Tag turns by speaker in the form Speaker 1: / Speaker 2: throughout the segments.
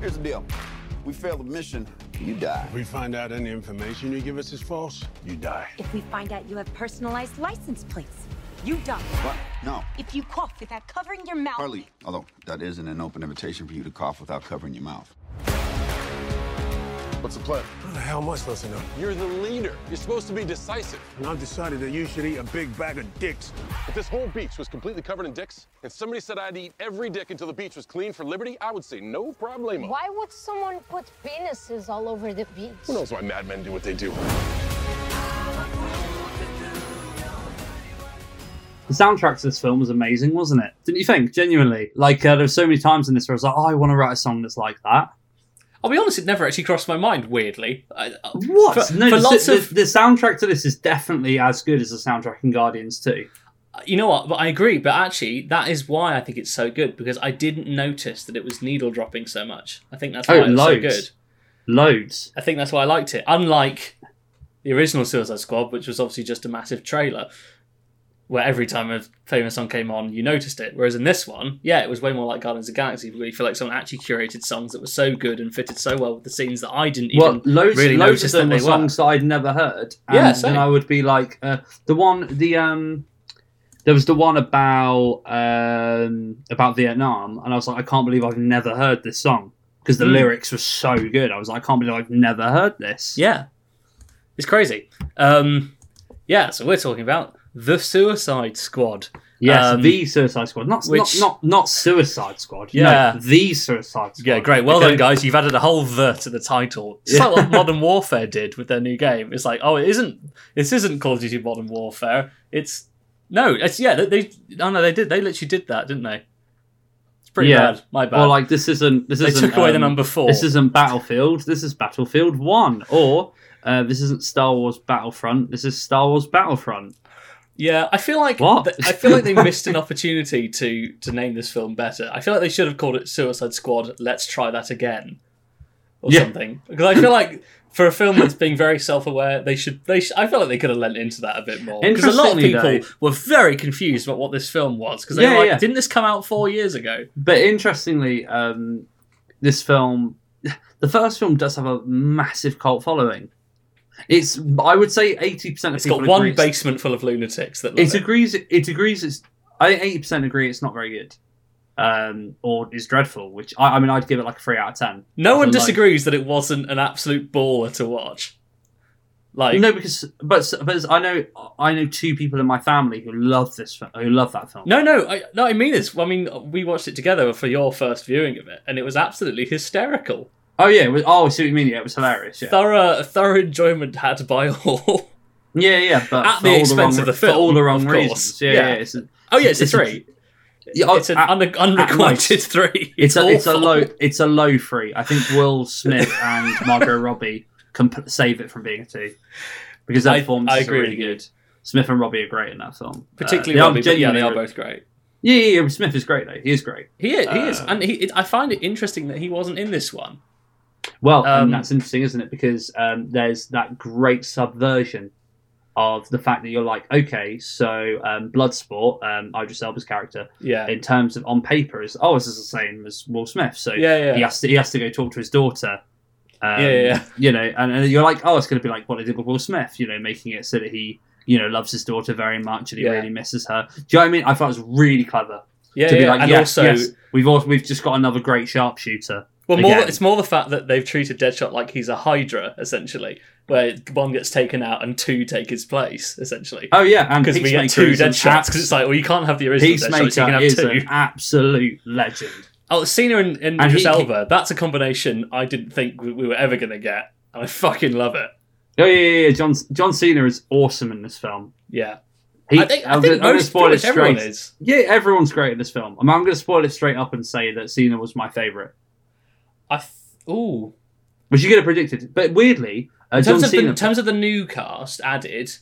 Speaker 1: Here's the deal. We fail the mission, you die.
Speaker 2: If we find out any information you give us is false, you die.
Speaker 3: If we find out you have personalized license plates, you die.
Speaker 1: What? No.
Speaker 3: If you cough without covering your mouth.
Speaker 1: Harley, although that isn't an open invitation for you to cough without covering your mouth.
Speaker 4: What's the plan?
Speaker 2: How the hell am I supposed to know?
Speaker 5: You're the leader. You're supposed to be decisive.
Speaker 2: And I've decided that you should eat a big bag of dicks.
Speaker 5: If this whole beach was completely covered in dicks, and somebody said I'd eat every dick until the beach was clean for liberty, I would say no problemo.
Speaker 6: Why would someone put penises all over the beach?
Speaker 5: Who knows why madmen do what they do?
Speaker 7: The soundtrack to this film was amazing, wasn't it? Didn't you think? Genuinely, like uh, there were so many times in this where I was like, oh, I want to write a song that's like that.
Speaker 8: I'll be honest, it never actually crossed my mind. Weirdly, I, I-
Speaker 7: What?
Speaker 8: For,
Speaker 7: no,
Speaker 8: for
Speaker 7: the,
Speaker 8: lots
Speaker 7: the-
Speaker 8: of
Speaker 7: the soundtrack to this is definitely as good as the soundtrack in Guardians too.
Speaker 8: you know what? But I agree. But actually, that is why I think it's so good because I didn't notice that it was needle dropping so much. I think that's why
Speaker 7: Oh,
Speaker 8: it's so
Speaker 7: loads.
Speaker 8: good.
Speaker 7: Loads.
Speaker 8: I think that's why I liked it. Unlike the original Suicide Squad, which was obviously just a massive trailer, where every time a famous song came on, you noticed it. Whereas in this one, yeah, it was way more like Guardians of the Galaxy, where you feel like someone actually curated songs that were so good and fitted so well with the scenes that I didn't
Speaker 7: Well,
Speaker 8: even
Speaker 7: loads,
Speaker 8: really
Speaker 7: loads of
Speaker 8: notice
Speaker 7: them
Speaker 8: that
Speaker 7: were
Speaker 8: they were.
Speaker 7: songs that I'd never heard. And
Speaker 8: Yeah, same.
Speaker 7: then I would be like, uh, the one, the um, there was the one about um about Vietnam, and I was like, I can't believe I've never heard this song because the
Speaker 8: Mm.
Speaker 7: lyrics were so good. I was like, I can't believe I've never heard this.
Speaker 8: Yeah, it's crazy. Um, yeah, so we're talking about the Suicide Squad.
Speaker 7: Yes,
Speaker 8: Um,
Speaker 7: the Suicide Squad, not
Speaker 8: which-
Speaker 7: not, not not Suicide Squad. No,
Speaker 8: Yeah.
Speaker 7: the Suicide Squad.
Speaker 8: Yeah, Oh, great. Well
Speaker 7: Okay.
Speaker 8: done, guys. You've added a whole "the" to the title. It's like what Modern Warfare did with their new game. It's like, oh, it isn't. This isn't Call of Duty Modern Warfare. It's no. It's yeah. They, they no, no, they did. They literally did that, didn't they? It's pretty
Speaker 7: Yeah.
Speaker 8: bad. My bad.
Speaker 7: Or like this isn't this
Speaker 8: They
Speaker 7: isn't um,
Speaker 8: took away the number four.
Speaker 7: This isn't Battlefield. This is Battlefield One. Or uh, this isn't Star Wars Battlefront. This is Star Wars Battlefront.
Speaker 8: yeah, I feel like
Speaker 7: What?
Speaker 8: th- I feel like they missed an opportunity to to name this film better. I feel like they should have called it Suicide Squad. Let's try that again, or
Speaker 7: Yeah.
Speaker 8: something. Because I feel like. For a film that's being very self-aware, they should. They sh- I feel like they could have lent into that a bit more because a lot of
Speaker 7: Interestingly,
Speaker 8: people
Speaker 7: though-
Speaker 8: were very confused about what this film was because they
Speaker 7: Yeah,
Speaker 8: were like,
Speaker 7: yeah.
Speaker 8: "Didn't this come out four years ago?"
Speaker 7: But interestingly, um, this film, the first film, does have a massive cult following. It's I would say eighty percent of
Speaker 8: It's
Speaker 7: people
Speaker 8: got one
Speaker 7: agree it's-
Speaker 8: basement full of lunatics that. love
Speaker 7: It
Speaker 8: it.
Speaker 7: agrees. It agrees. It's I eighty percent agree. It's not very good, um, or is dreadful. Which I, I mean, I'd give it like a three out of ten.
Speaker 8: No one
Speaker 7: Like-
Speaker 8: disagrees that it wasn't an absolute baller to watch. Like,
Speaker 7: no, because but but I know I know two people in my family who love this film, who love that film.
Speaker 8: No, no, I, no. I mean this. I mean, we watched it together for your first viewing of it, and it was absolutely hysterical.
Speaker 7: Oh yeah, it was, oh I see what you mean. Yeah, it was hilarious. Yeah,
Speaker 8: Thorough, thorough enjoyment had by all.
Speaker 7: yeah, yeah. But
Speaker 8: At
Speaker 7: for
Speaker 8: the
Speaker 7: all
Speaker 8: expense
Speaker 7: wrong,
Speaker 8: of the
Speaker 7: for all the
Speaker 8: film,
Speaker 7: wrong
Speaker 8: of
Speaker 7: reasons.
Speaker 8: course.
Speaker 7: Yeah,
Speaker 8: Yeah.
Speaker 7: yeah. it's a,
Speaker 8: oh yeah, it's a
Speaker 7: It's a-
Speaker 8: three.
Speaker 7: yeah,
Speaker 8: It's an
Speaker 7: at-
Speaker 8: un- unrequited three.
Speaker 7: it's a it's a
Speaker 8: awful.
Speaker 7: low it's a low three. I think Will Smith and Margot Robbie can p- save it from being a two because
Speaker 8: I-
Speaker 7: their performances
Speaker 8: I
Speaker 7: are
Speaker 8: agree
Speaker 7: really
Speaker 8: with you.
Speaker 7: good. Smith and Robbie are great in that film, Uh,
Speaker 8: particularly
Speaker 7: they are
Speaker 8: Robbie, but yeah, they are
Speaker 7: genuinely-
Speaker 8: both great.
Speaker 7: Yeah, yeah, yeah. Smith is great though. He is great.
Speaker 8: He is, he is,
Speaker 7: Uh,
Speaker 8: and he, it, I find it interesting that he wasn't in this one.
Speaker 7: Well,
Speaker 8: Um,
Speaker 7: and that's interesting, isn't it? Because um, there's that great subversion of the fact that you're like, okay, so um, Bloodsport, um, Idris Elba's character,
Speaker 8: Yeah,
Speaker 7: in terms of on paper, is oh, this is the same as Will Smith. So
Speaker 8: Yeah, yeah.
Speaker 7: he has to he has to go talk to his daughter. Um,
Speaker 8: Yeah, yeah, yeah.
Speaker 7: You know, and, and you're like, oh, it's going to be like what they did with Will Smith. You know, making it so that he. You know, loves his daughter very much, and he
Speaker 8: Yeah.
Speaker 7: really misses her. Do you know what I mean? I thought it was really clever
Speaker 8: yeah,
Speaker 7: to be
Speaker 8: yeah.
Speaker 7: like,
Speaker 8: and
Speaker 7: yes,
Speaker 8: also,
Speaker 7: yes, we've also, we've just got another great sharpshooter.
Speaker 8: well, more
Speaker 7: again.
Speaker 8: it's more the fact that they've treated Deadshot like he's a Hydra, essentially, where one gets taken out and two take his place, essentially.
Speaker 7: Oh yeah, and
Speaker 8: Because we
Speaker 7: Peacemaker
Speaker 8: get two
Speaker 7: is an
Speaker 8: Deadshots,
Speaker 7: abs-
Speaker 8: because it's like, well, you can't have the original Deadshot, you can
Speaker 7: Peacemaker
Speaker 8: have
Speaker 7: is
Speaker 8: two.
Speaker 7: an absolute legend.
Speaker 8: Oh, Cena and, and,
Speaker 7: And
Speaker 8: Idris
Speaker 7: he-
Speaker 8: Elba, that's a combination I didn't think we, we were ever going to get, and I fucking love it.
Speaker 7: Oh yeah, yeah, yeah. John John Cena is awesome in this film.
Speaker 8: Yeah.
Speaker 7: He,
Speaker 8: I think, I
Speaker 7: I'm
Speaker 8: think
Speaker 7: gonna- I'm
Speaker 8: most,
Speaker 7: gonna
Speaker 8: pretty much everyone
Speaker 7: straight.
Speaker 8: is.
Speaker 7: Yeah, everyone's great in this film. I'm, I'm going to spoil it straight up and say that Cena was my favorite,
Speaker 8: I th- ooh.
Speaker 7: which you could have predicted. But weirdly, uh,
Speaker 8: In
Speaker 7: John
Speaker 8: terms, of the,
Speaker 7: Cena.
Speaker 8: in terms of the new cast added,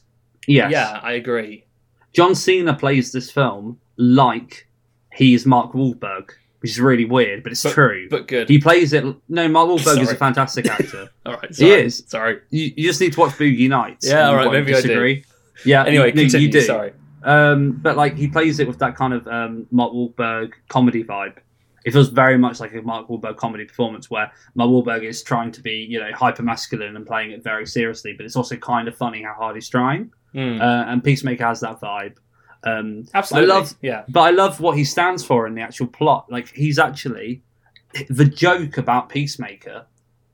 Speaker 7: yes,
Speaker 8: yeah, I agree.
Speaker 7: John Cena plays this film like he's Mark Wahlberg, which is really weird, but it's
Speaker 8: But-
Speaker 7: true.
Speaker 8: But good.
Speaker 7: he plays it. No, Mark Wahlberg is a
Speaker 8: Sorry.
Speaker 7: fantastic actor.
Speaker 8: all right, sorry.
Speaker 7: is. Uh,
Speaker 8: Sorry.
Speaker 7: You, you just need to watch Boogie Nights. and
Speaker 8: Yeah, all
Speaker 7: you
Speaker 8: right,
Speaker 7: won't
Speaker 8: maybe I do.
Speaker 7: Yeah.
Speaker 8: Anyway,
Speaker 7: no,
Speaker 8: continue.
Speaker 7: you do.
Speaker 8: Sorry.
Speaker 7: Um, but like he plays it with that kind of um, Mark Wahlberg comedy vibe, It feels very much like a Mark Wahlberg comedy performance where Mark Wahlberg is trying to be, you know, hyper masculine and playing it very seriously, but it's also kind of funny how hard he's trying.
Speaker 8: Mm.
Speaker 7: Uh, and Peacemaker has that vibe. Um,
Speaker 8: Absolutely.
Speaker 7: I love,
Speaker 8: Yeah.
Speaker 7: but I love what he stands for in the actual plot. Like he's actually the joke about Peacemaker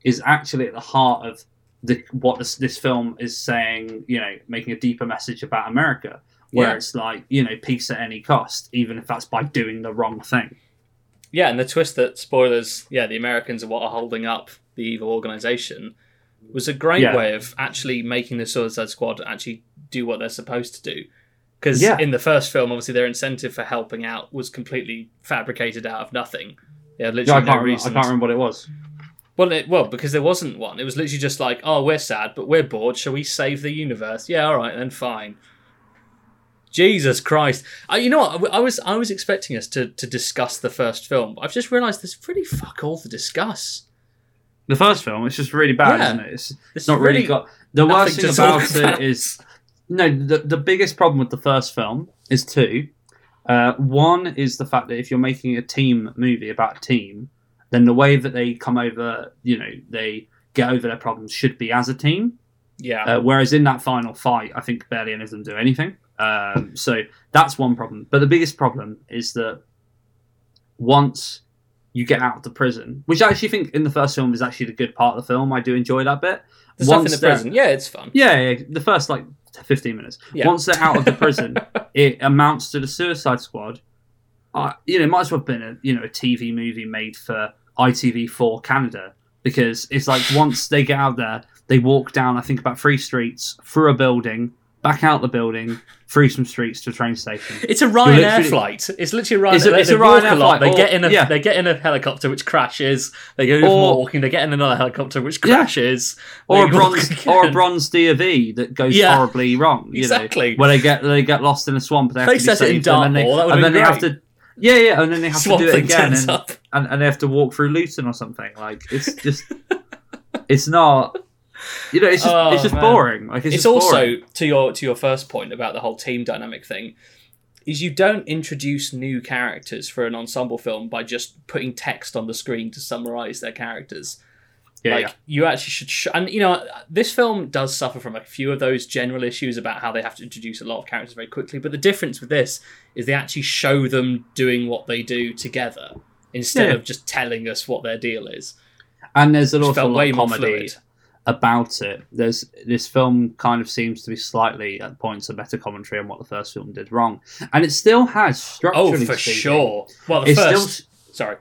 Speaker 7: is actually at the heart of the what this, this film is saying. You know, making a deeper message about America, where
Speaker 8: Yeah.
Speaker 7: it's like you know peace at any cost, even if that's by doing the wrong thing.
Speaker 8: Yeah, and the twist that spoilers, yeah, the Americans are what are holding up the evil organization was a great
Speaker 7: Yeah.
Speaker 8: way of actually making the Suicide Squad actually do what they're supposed to do. Because
Speaker 7: Yeah.
Speaker 8: in the first film, obviously their incentive for helping out was completely fabricated out of nothing. They had
Speaker 7: Yeah, I
Speaker 8: literally
Speaker 7: can't,
Speaker 8: no
Speaker 7: remember, I
Speaker 8: reason.
Speaker 7: can't remember what it was.
Speaker 8: Well, it, well, because there wasn't one. It was literally just like, oh, we're sad, but we're bored. Shall we save the universe? Yeah, all right, then fine. Jesus Christ! Uh, you know what? I w- I, was I was expecting us to to discuss the first film. But I've just realised there's pretty fuck all to discuss.
Speaker 7: The first film, it's just really bad,
Speaker 8: Yeah.
Speaker 7: isn't it? It's,
Speaker 8: It's
Speaker 7: it's not really,
Speaker 8: really
Speaker 7: got. The worst
Speaker 8: nothing
Speaker 7: thing
Speaker 8: to talk
Speaker 7: about,
Speaker 8: about.
Speaker 7: it is no. The, the biggest problem with the first film is two. Uh, one is the fact that if you're making a team movie about a team, then the way that they come over, you know, they get over their problems should be as a team.
Speaker 8: Yeah,
Speaker 7: Uh, whereas in that final fight, I think barely any of them do anything. Um, so that's one problem. But the biggest problem is that once you get out of the prison, which I actually think in the first film is actually the good part of the film. I do enjoy that bit.
Speaker 8: the stuff in
Speaker 7: once
Speaker 8: the
Speaker 7: they're-
Speaker 8: prison. Yeah, it's fun.
Speaker 7: Yeah, yeah, the first like fifteen minutes.
Speaker 8: Yeah.
Speaker 7: Once they're out of the prison, it amounts to the Suicide Squad. Uh, you know, it might as well have been a you know a TV movie made for ITV4 Canada because it's like once they get out there, they walk down I think about three streets through a building, back out the building, through some streets to a train station.
Speaker 8: It's a
Speaker 7: literally-
Speaker 8: Ryanair flight. It's literally Ryanair.
Speaker 7: It's a-
Speaker 8: they-
Speaker 7: it's
Speaker 8: they
Speaker 7: a
Speaker 8: walk
Speaker 7: Ryanair
Speaker 8: lot.
Speaker 7: flight,
Speaker 8: They
Speaker 7: or-
Speaker 8: get in a
Speaker 7: yeah.
Speaker 8: they get in a helicopter which crashes. They go
Speaker 7: Or-
Speaker 8: walking. They get in another helicopter which
Speaker 7: Yeah.
Speaker 8: crashes.
Speaker 7: or a
Speaker 8: They walk
Speaker 7: bronze or a
Speaker 8: again.
Speaker 7: bronze D of E that goes
Speaker 8: Yeah.
Speaker 7: horribly wrong. You
Speaker 8: Exactly.
Speaker 7: know, where they get they get lost in a swamp. They have
Speaker 8: They
Speaker 7: to be
Speaker 8: said it in
Speaker 7: saved, and then they,
Speaker 8: Dartmoor, that would've
Speaker 7: and
Speaker 8: been
Speaker 7: then they have
Speaker 8: great.
Speaker 7: to. Yeah, yeah, and then they have
Speaker 8: Swamp
Speaker 7: to do it
Speaker 8: Thing
Speaker 7: again,
Speaker 8: turns
Speaker 7: and,
Speaker 8: up.
Speaker 7: and and they have to walk through Luton or something. Like it's just, it's not. You know, it's just
Speaker 8: Oh,
Speaker 7: it's just
Speaker 8: man.
Speaker 7: boring. Like it's,
Speaker 8: it's
Speaker 7: just
Speaker 8: also
Speaker 7: boring.
Speaker 8: to your to your first point about the whole team dynamic thing is you don't introduce new characters for an ensemble film by just putting text on the screen to summarize their characters
Speaker 7: yeah,
Speaker 8: like
Speaker 7: yeah.
Speaker 8: you actually should sh- and you know this film does suffer from a few of those general issues about how they have to introduce a lot of characters very quickly but the difference with this is they actually show them doing what they do together instead
Speaker 7: Yeah.
Speaker 8: of just telling us what their deal is
Speaker 7: and there's an
Speaker 8: Which
Speaker 7: awful
Speaker 8: felt
Speaker 7: lot
Speaker 8: way
Speaker 7: of
Speaker 8: more
Speaker 7: comedy
Speaker 8: fluid
Speaker 7: about it. There's this film kind of seems to be slightly at points a better commentary on what the first film did wrong, and it still has
Speaker 8: oh
Speaker 7: structurally.
Speaker 8: for
Speaker 7: speaking,
Speaker 8: sure well the
Speaker 7: It's still
Speaker 8: first sorry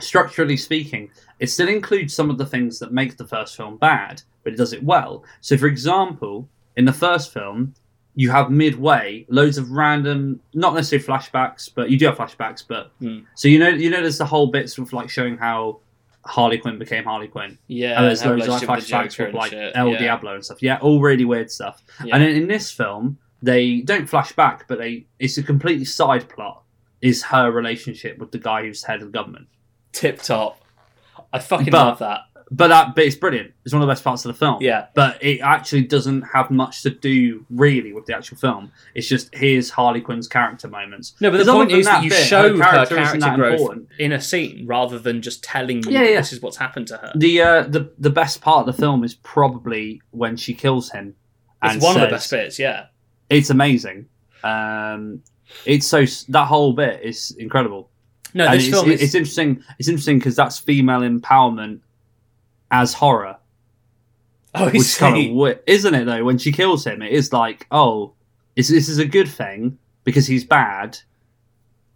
Speaker 7: structurally speaking, it still includes some of the things that make the first film bad, but it does it well. So, for example, in the first film, you have midway loads of random, not necessarily flashbacks, but you do have flashbacks. But
Speaker 8: Hmm.
Speaker 7: so you know, you know, there's the whole bits with like showing how Harley Quinn became Harley Quinn.
Speaker 8: yeah
Speaker 7: and there's
Speaker 8: her
Speaker 7: loads of like
Speaker 8: relationship with the
Speaker 7: flashbacks
Speaker 8: Joker
Speaker 7: with
Speaker 8: and
Speaker 7: like
Speaker 8: shit,
Speaker 7: El
Speaker 8: yeah.
Speaker 7: Diablo and stuff. Yeah, all really weird stuff.
Speaker 8: Yeah.
Speaker 7: And then in this film, they don't flash back, but they it's a completely side plot. Is her relationship with the guy who's head of government?
Speaker 8: tip top. I fucking
Speaker 7: But-
Speaker 8: love that.
Speaker 7: But that but it's brilliant. It's one of the best parts of the film.
Speaker 8: Yeah.
Speaker 7: But it actually doesn't have much to do really with the actual film. It's just here's Harley Quinn's character moments.
Speaker 8: No, but the
Speaker 7: Because other
Speaker 8: point
Speaker 7: than
Speaker 8: is that you
Speaker 7: bit,
Speaker 8: show her character,
Speaker 7: isn't that
Speaker 8: growth
Speaker 7: important.
Speaker 8: in a scene rather than just telling you
Speaker 7: Yeah, yeah.
Speaker 8: this is what's happened to her.
Speaker 7: The uh, the the best part of the film is probably when she kills him.
Speaker 8: It's one of
Speaker 7: says-
Speaker 8: the best bits, yeah.
Speaker 7: It's amazing. Um, it's so s- that whole bit is incredible.
Speaker 8: No,
Speaker 7: and
Speaker 8: this
Speaker 7: it's,
Speaker 8: film is
Speaker 7: it's interesting. It's interesting because that's female empowerment as horror.
Speaker 8: oh, I
Speaker 7: which kind
Speaker 8: see.
Speaker 7: of wi- isn't it though? When she kills him, it is like, oh, is this is a good thing because he's bad,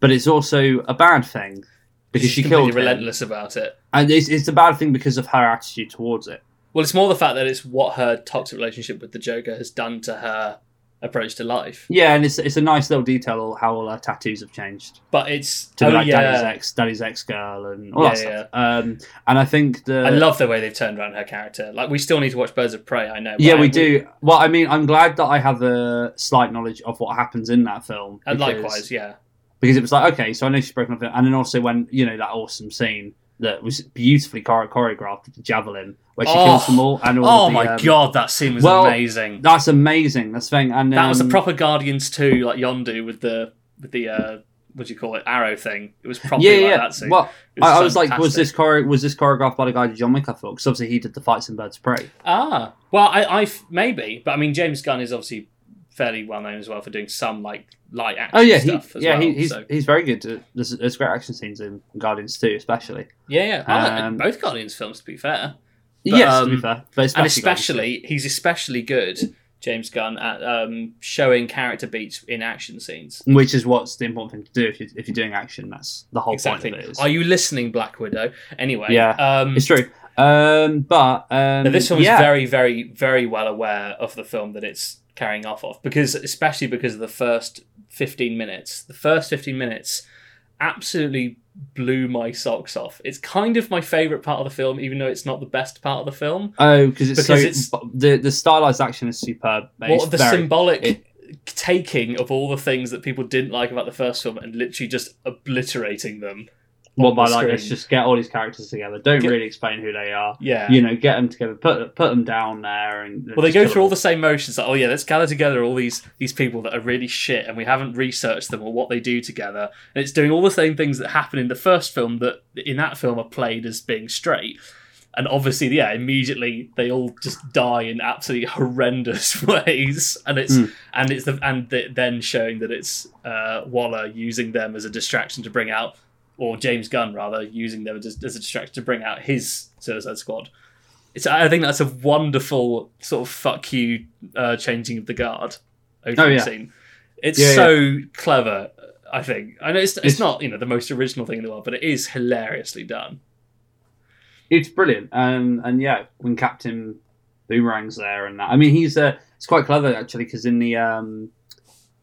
Speaker 7: but it's also a bad thing because
Speaker 8: She's
Speaker 7: she
Speaker 8: completely
Speaker 7: killed him.
Speaker 8: relentless about it.
Speaker 7: and it's, it's a bad thing because of her attitude towards it.
Speaker 8: Well, it's more the fact that it's what her toxic relationship with the Joker has done to her approach to life.
Speaker 7: Yeah, and it's it's a nice little detail how all her tattoos have changed
Speaker 8: But it's
Speaker 7: to
Speaker 8: oh
Speaker 7: like Daddy's
Speaker 8: yeah,
Speaker 7: ex, Daddy's ex girl, and all
Speaker 8: Yeah,
Speaker 7: that stuff. Um, and I think the
Speaker 8: I love the way they've turned around her character. Like we still need to watch Birds of Prey. I know.
Speaker 7: Yeah,
Speaker 8: but I-
Speaker 7: we do. Well, I mean, I'm glad that I have a slight knowledge of what happens in that film.
Speaker 8: And
Speaker 7: because-
Speaker 8: likewise, yeah.
Speaker 7: because it was like okay, so I know she's broken up, and then also when you know that awesome scene that was beautifully chore- choreographed with the javelin where she
Speaker 8: Oh.
Speaker 7: kills them all and all
Speaker 8: Oh
Speaker 7: of the,
Speaker 8: my
Speaker 7: um,
Speaker 8: god, that scene was
Speaker 7: well,
Speaker 8: amazing.
Speaker 7: that's amazing. That's the thing, and
Speaker 8: That was the
Speaker 7: um,
Speaker 8: proper Guardians too, like Yondu with the with the uh, what do you call it arrow thing. It was probably
Speaker 7: Yeah,
Speaker 8: like
Speaker 7: yeah.
Speaker 8: that. So
Speaker 7: well,
Speaker 8: it
Speaker 7: I, I was like, was
Speaker 8: fantastic.
Speaker 7: this choreo- was this choreographed by the guy John Wick? I thought because obviously he did the fights in Birds of Prey.
Speaker 8: Ah, well, I, I f- maybe, but I mean, James Gunn is obviously fairly well known as well for doing some like light action.
Speaker 7: Oh yeah, he,
Speaker 8: stuff as
Speaker 7: yeah,
Speaker 8: well,
Speaker 7: he, he's
Speaker 8: so.
Speaker 7: he's very good. at- There's, there's great action scenes in Guardians 2, especially.
Speaker 8: yeah, yeah. I like
Speaker 7: Um,
Speaker 8: both Guardians films, to be fair, But,
Speaker 7: yes, to
Speaker 8: um,
Speaker 7: be fair, but especially
Speaker 8: and
Speaker 7: Guardians 2.
Speaker 8: especially he's especially good, James Gunn, at um, showing character beats in action scenes.
Speaker 7: which is what's the important thing to do if you're, if you're doing action. That's the whole
Speaker 8: Exactly.
Speaker 7: point of it. Is.
Speaker 8: Are you listening, Black Widow? Anyway,
Speaker 7: Yeah,
Speaker 8: um,
Speaker 7: it's true. Um, but um,
Speaker 8: Now, this film is
Speaker 7: yeah.
Speaker 8: very, very, very well aware of the film that it's carrying off of because, especially because of the first 15 minutes. The first 15 minutes absolutely blew my socks off. It's kind of my favorite part of the film, even though it's not the best part of the film.
Speaker 7: Oh, because it's
Speaker 8: Because it's-
Speaker 7: so the the stylized action is superb. but
Speaker 8: What
Speaker 7: it's
Speaker 8: the
Speaker 7: very-
Speaker 8: symbolic
Speaker 7: it-
Speaker 8: taking of all the things that people didn't like about the first film and literally just obliterating them.
Speaker 7: one by
Speaker 8: the
Speaker 7: like let's
Speaker 8: screen.
Speaker 7: just get all these characters together. Don't
Speaker 8: Get-
Speaker 7: really explain who they are.
Speaker 8: Yeah.
Speaker 7: you know, get them together. Put put them down there, and
Speaker 8: Well, they go through all the same motions. Like, oh yeah, let's gather together all these these people that are really shit, and we haven't researched them or what they do together. And it's doing all the same things that happen in the first film that in that film are played as being straight. And obviously, yeah, immediately they all just die in absolutely horrendous ways. And it's and it's the and the, then showing that it's uh, Waller using them as a distraction to bring out, or James Gunn rather using them as, as a distraction to bring out his Suicide Squad. It's, I think that's a wonderful sort of fuck you uh, changing of the guard opening
Speaker 7: Oh, yeah.
Speaker 8: scene. It's
Speaker 7: Yeah,
Speaker 8: so clever. I think I know it's, it's
Speaker 7: It's-
Speaker 8: not you know the most original thing in the world, but it is hilariously done.
Speaker 7: It's brilliant, um, and yeah, when Captain Boomerang's there and that. I mean, he's uh, it's quite clever actually because in the um,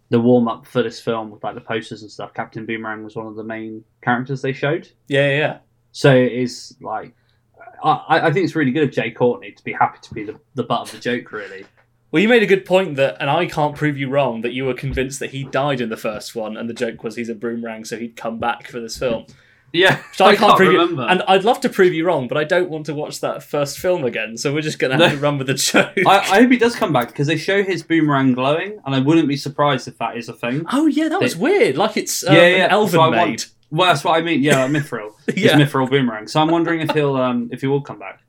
Speaker 7: the warm up for this film with like the posters and stuff, Captain Boomerang was one of the main characters they showed.
Speaker 8: Yeah, yeah, yeah.
Speaker 7: So it is like, I, I think it's really good of Jay Courtney to be happy to be the, the butt of the joke, really.
Speaker 8: Well, you made a good point that, and I can't prove you wrong, that you were convinced that he died in the first one, and the joke was he's a boomerang, so he'd come back for this film.
Speaker 7: Yeah,
Speaker 8: Which I, can't, prove you-
Speaker 7: remember.
Speaker 8: and I'd love to prove you wrong, but I don't want to watch that first film again, so we're just going to have
Speaker 7: No.
Speaker 8: to run with the joke.
Speaker 7: I, I hope he does come back because they show his boomerang glowing, and I wouldn't be surprised if that is a thing.
Speaker 8: oh, yeah, that was weird. Like it's um,
Speaker 7: yeah, yeah,
Speaker 8: an elven
Speaker 7: so I
Speaker 8: maid.
Speaker 7: want- Well, that's what I mean. Yeah, like Mithril.
Speaker 8: Yeah.
Speaker 7: yeah, Mithril boomerang. So I'm wondering if he'll, um, if he will come back.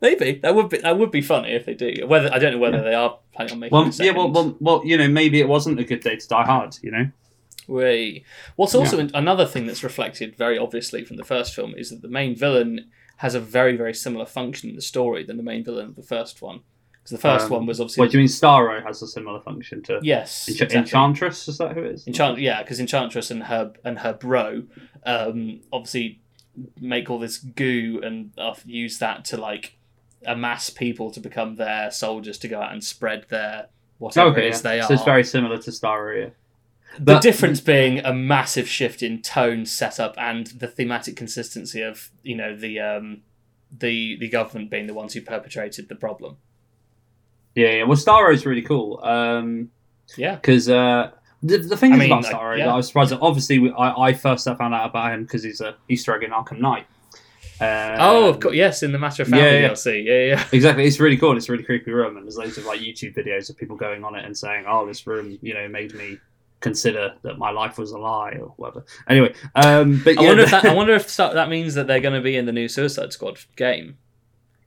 Speaker 8: Maybe. That would be that would be funny if they do. Whether I don't know whether they are planning on making
Speaker 7: Well,
Speaker 8: a
Speaker 7: yeah,
Speaker 8: second.
Speaker 7: well, well, well, you know, maybe it wasn't a good day to die hard. You know,
Speaker 8: Way. What's also
Speaker 7: Yeah.
Speaker 8: an- another thing that's reflected very obviously from the first film is that the main villain has a very, very similar function in the story than the main villain of the first one. Because the first
Speaker 7: Um,
Speaker 8: one was obviously.
Speaker 7: what do you mean? Starro has a similar function to
Speaker 8: Yes.
Speaker 7: Encha-
Speaker 8: exactly.
Speaker 7: Enchantress. Is that who it is?
Speaker 8: Enchant- yeah, because Enchantress and her and her bro um, obviously make all this goo and uh, use that to like amass people to become their soldiers to go out and spread their whatever
Speaker 7: okay,
Speaker 8: it is
Speaker 7: Oh, yeah.
Speaker 8: they are.
Speaker 7: so it's very similar to Starro. Yeah.
Speaker 8: the
Speaker 7: But-
Speaker 8: difference being a massive shift in tone, setup, and the thematic consistency of you know the um, the the government being the ones who perpetrated the problem.
Speaker 7: Yeah, yeah. Well, Starro is really cool. Um,
Speaker 8: Yeah.
Speaker 7: because uh, the, the thing
Speaker 8: I
Speaker 7: is
Speaker 8: mean,
Speaker 7: about
Speaker 8: like,
Speaker 7: Starro
Speaker 8: yeah.
Speaker 7: that I was surprised. At, obviously, we, I, I first found out about him because he's a Easter egg in Arkham Knight. Um,
Speaker 8: oh, of course, yes, in the matter of family
Speaker 7: yeah, yeah.
Speaker 8: DLC, yeah, yeah.
Speaker 7: Exactly, it's really cool. and It's a really creepy room, and there's loads of like YouTube videos of people going on it and saying, "Oh, this room, you know, made me consider that my life was a lie or whatever." Anyway, um, but
Speaker 8: I
Speaker 7: yeah,
Speaker 8: wonder if that, I wonder if so, that means that they're going to be in the new Suicide Squad game.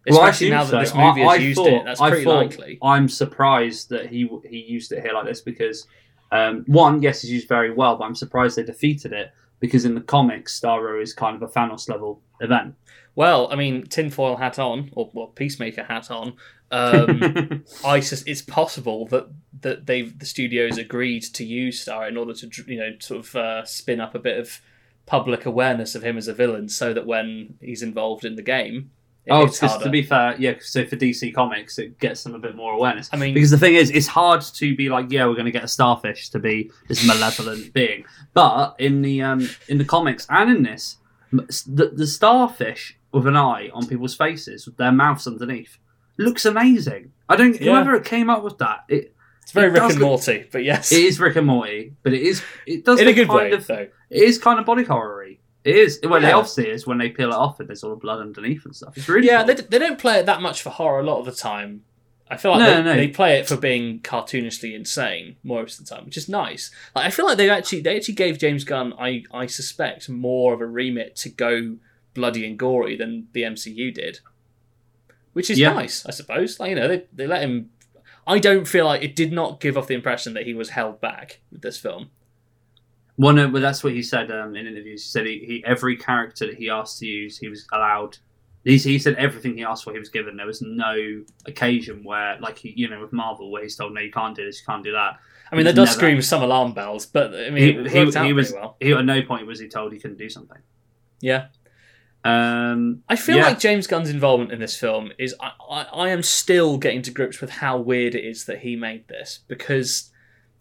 Speaker 7: Well, I
Speaker 8: Especially
Speaker 7: assume
Speaker 8: now that
Speaker 7: so.
Speaker 8: this movie
Speaker 7: I-
Speaker 8: has
Speaker 7: I
Speaker 8: used
Speaker 7: thought-
Speaker 8: it, that's
Speaker 7: I
Speaker 8: pretty
Speaker 7: thought-
Speaker 8: likely.
Speaker 7: I'm surprised that he he used it here like this because um, one, yes, he's used very well, but I'm surprised they defeated it because in the comics, Starro is kind of a Thanos level event.
Speaker 8: Well, I mean, tinfoil hat on, or well, peacemaker hat on. Um, I sus- it's possible that that they the studios agreed to use Star in order to dr- you know sort of uh, spin up a bit of public awareness of him as a villain, so that when he's involved in the game, it
Speaker 7: Oh,
Speaker 8: hits
Speaker 7: 'cause
Speaker 8: harder.
Speaker 7: to be fair, yeah. So for DC Comics, it gets them a bit more awareness.
Speaker 8: I mean-
Speaker 7: because the thing is, it's hard to be like, yeah, we're going to get a starfish to be this malevolent being. But in the um, in the comics and in this, m- s- the, the starfish with an eye on people's faces, with their mouths underneath, looks amazing. I don't.
Speaker 8: Yeah.
Speaker 7: Whoever came up with that, it,
Speaker 8: it's very
Speaker 7: it
Speaker 8: Rick
Speaker 7: does
Speaker 8: and
Speaker 7: look-
Speaker 8: Morty, but yes,
Speaker 7: it is Rick and Morty, but it is it does
Speaker 8: in a
Speaker 7: look
Speaker 8: good
Speaker 7: kind
Speaker 8: way
Speaker 7: Of,
Speaker 8: though.
Speaker 7: it is kind of body horror-y. It is. Well, they
Speaker 8: Yeah.
Speaker 7: obviously is when they peel it off and there's all the blood underneath and stuff. It's really
Speaker 8: Yeah,
Speaker 7: cool.
Speaker 8: they, they don't play it that much for horror a lot of the time. I feel like
Speaker 7: No,
Speaker 8: they,
Speaker 7: no.
Speaker 8: they play it for being cartoonishly insane most of the time, which is nice. Like I feel like they actually they actually gave James Gunn, I I suspect, more of a remit to go bloody and gory than the MCU did, which is
Speaker 7: Yeah.
Speaker 8: nice, I suppose. Like you know, they they let him. I don't feel like it did not give off the impression that he was held back with this film.
Speaker 7: Well, no, but that's what he said um, in interviews. He said he, he every character that he asked to use, he was allowed. He, he said everything he asked for, he was given. There was no occasion where, like he, you know, with Marvel, where he's told, "No, you can't do this, you can't do that."
Speaker 8: I mean, that
Speaker 7: He's
Speaker 8: does
Speaker 7: never-
Speaker 8: scream some alarm bells, but I mean,
Speaker 7: He,
Speaker 8: it
Speaker 7: he,
Speaker 8: worked out
Speaker 7: he was
Speaker 8: pretty well.
Speaker 7: he at no point was he told he couldn't do something.
Speaker 8: Yeah.
Speaker 7: Um,
Speaker 8: I feel
Speaker 7: yeah.
Speaker 8: like James Gunn's involvement in this film is I, I, I am still getting to grips with how weird it is that he made this because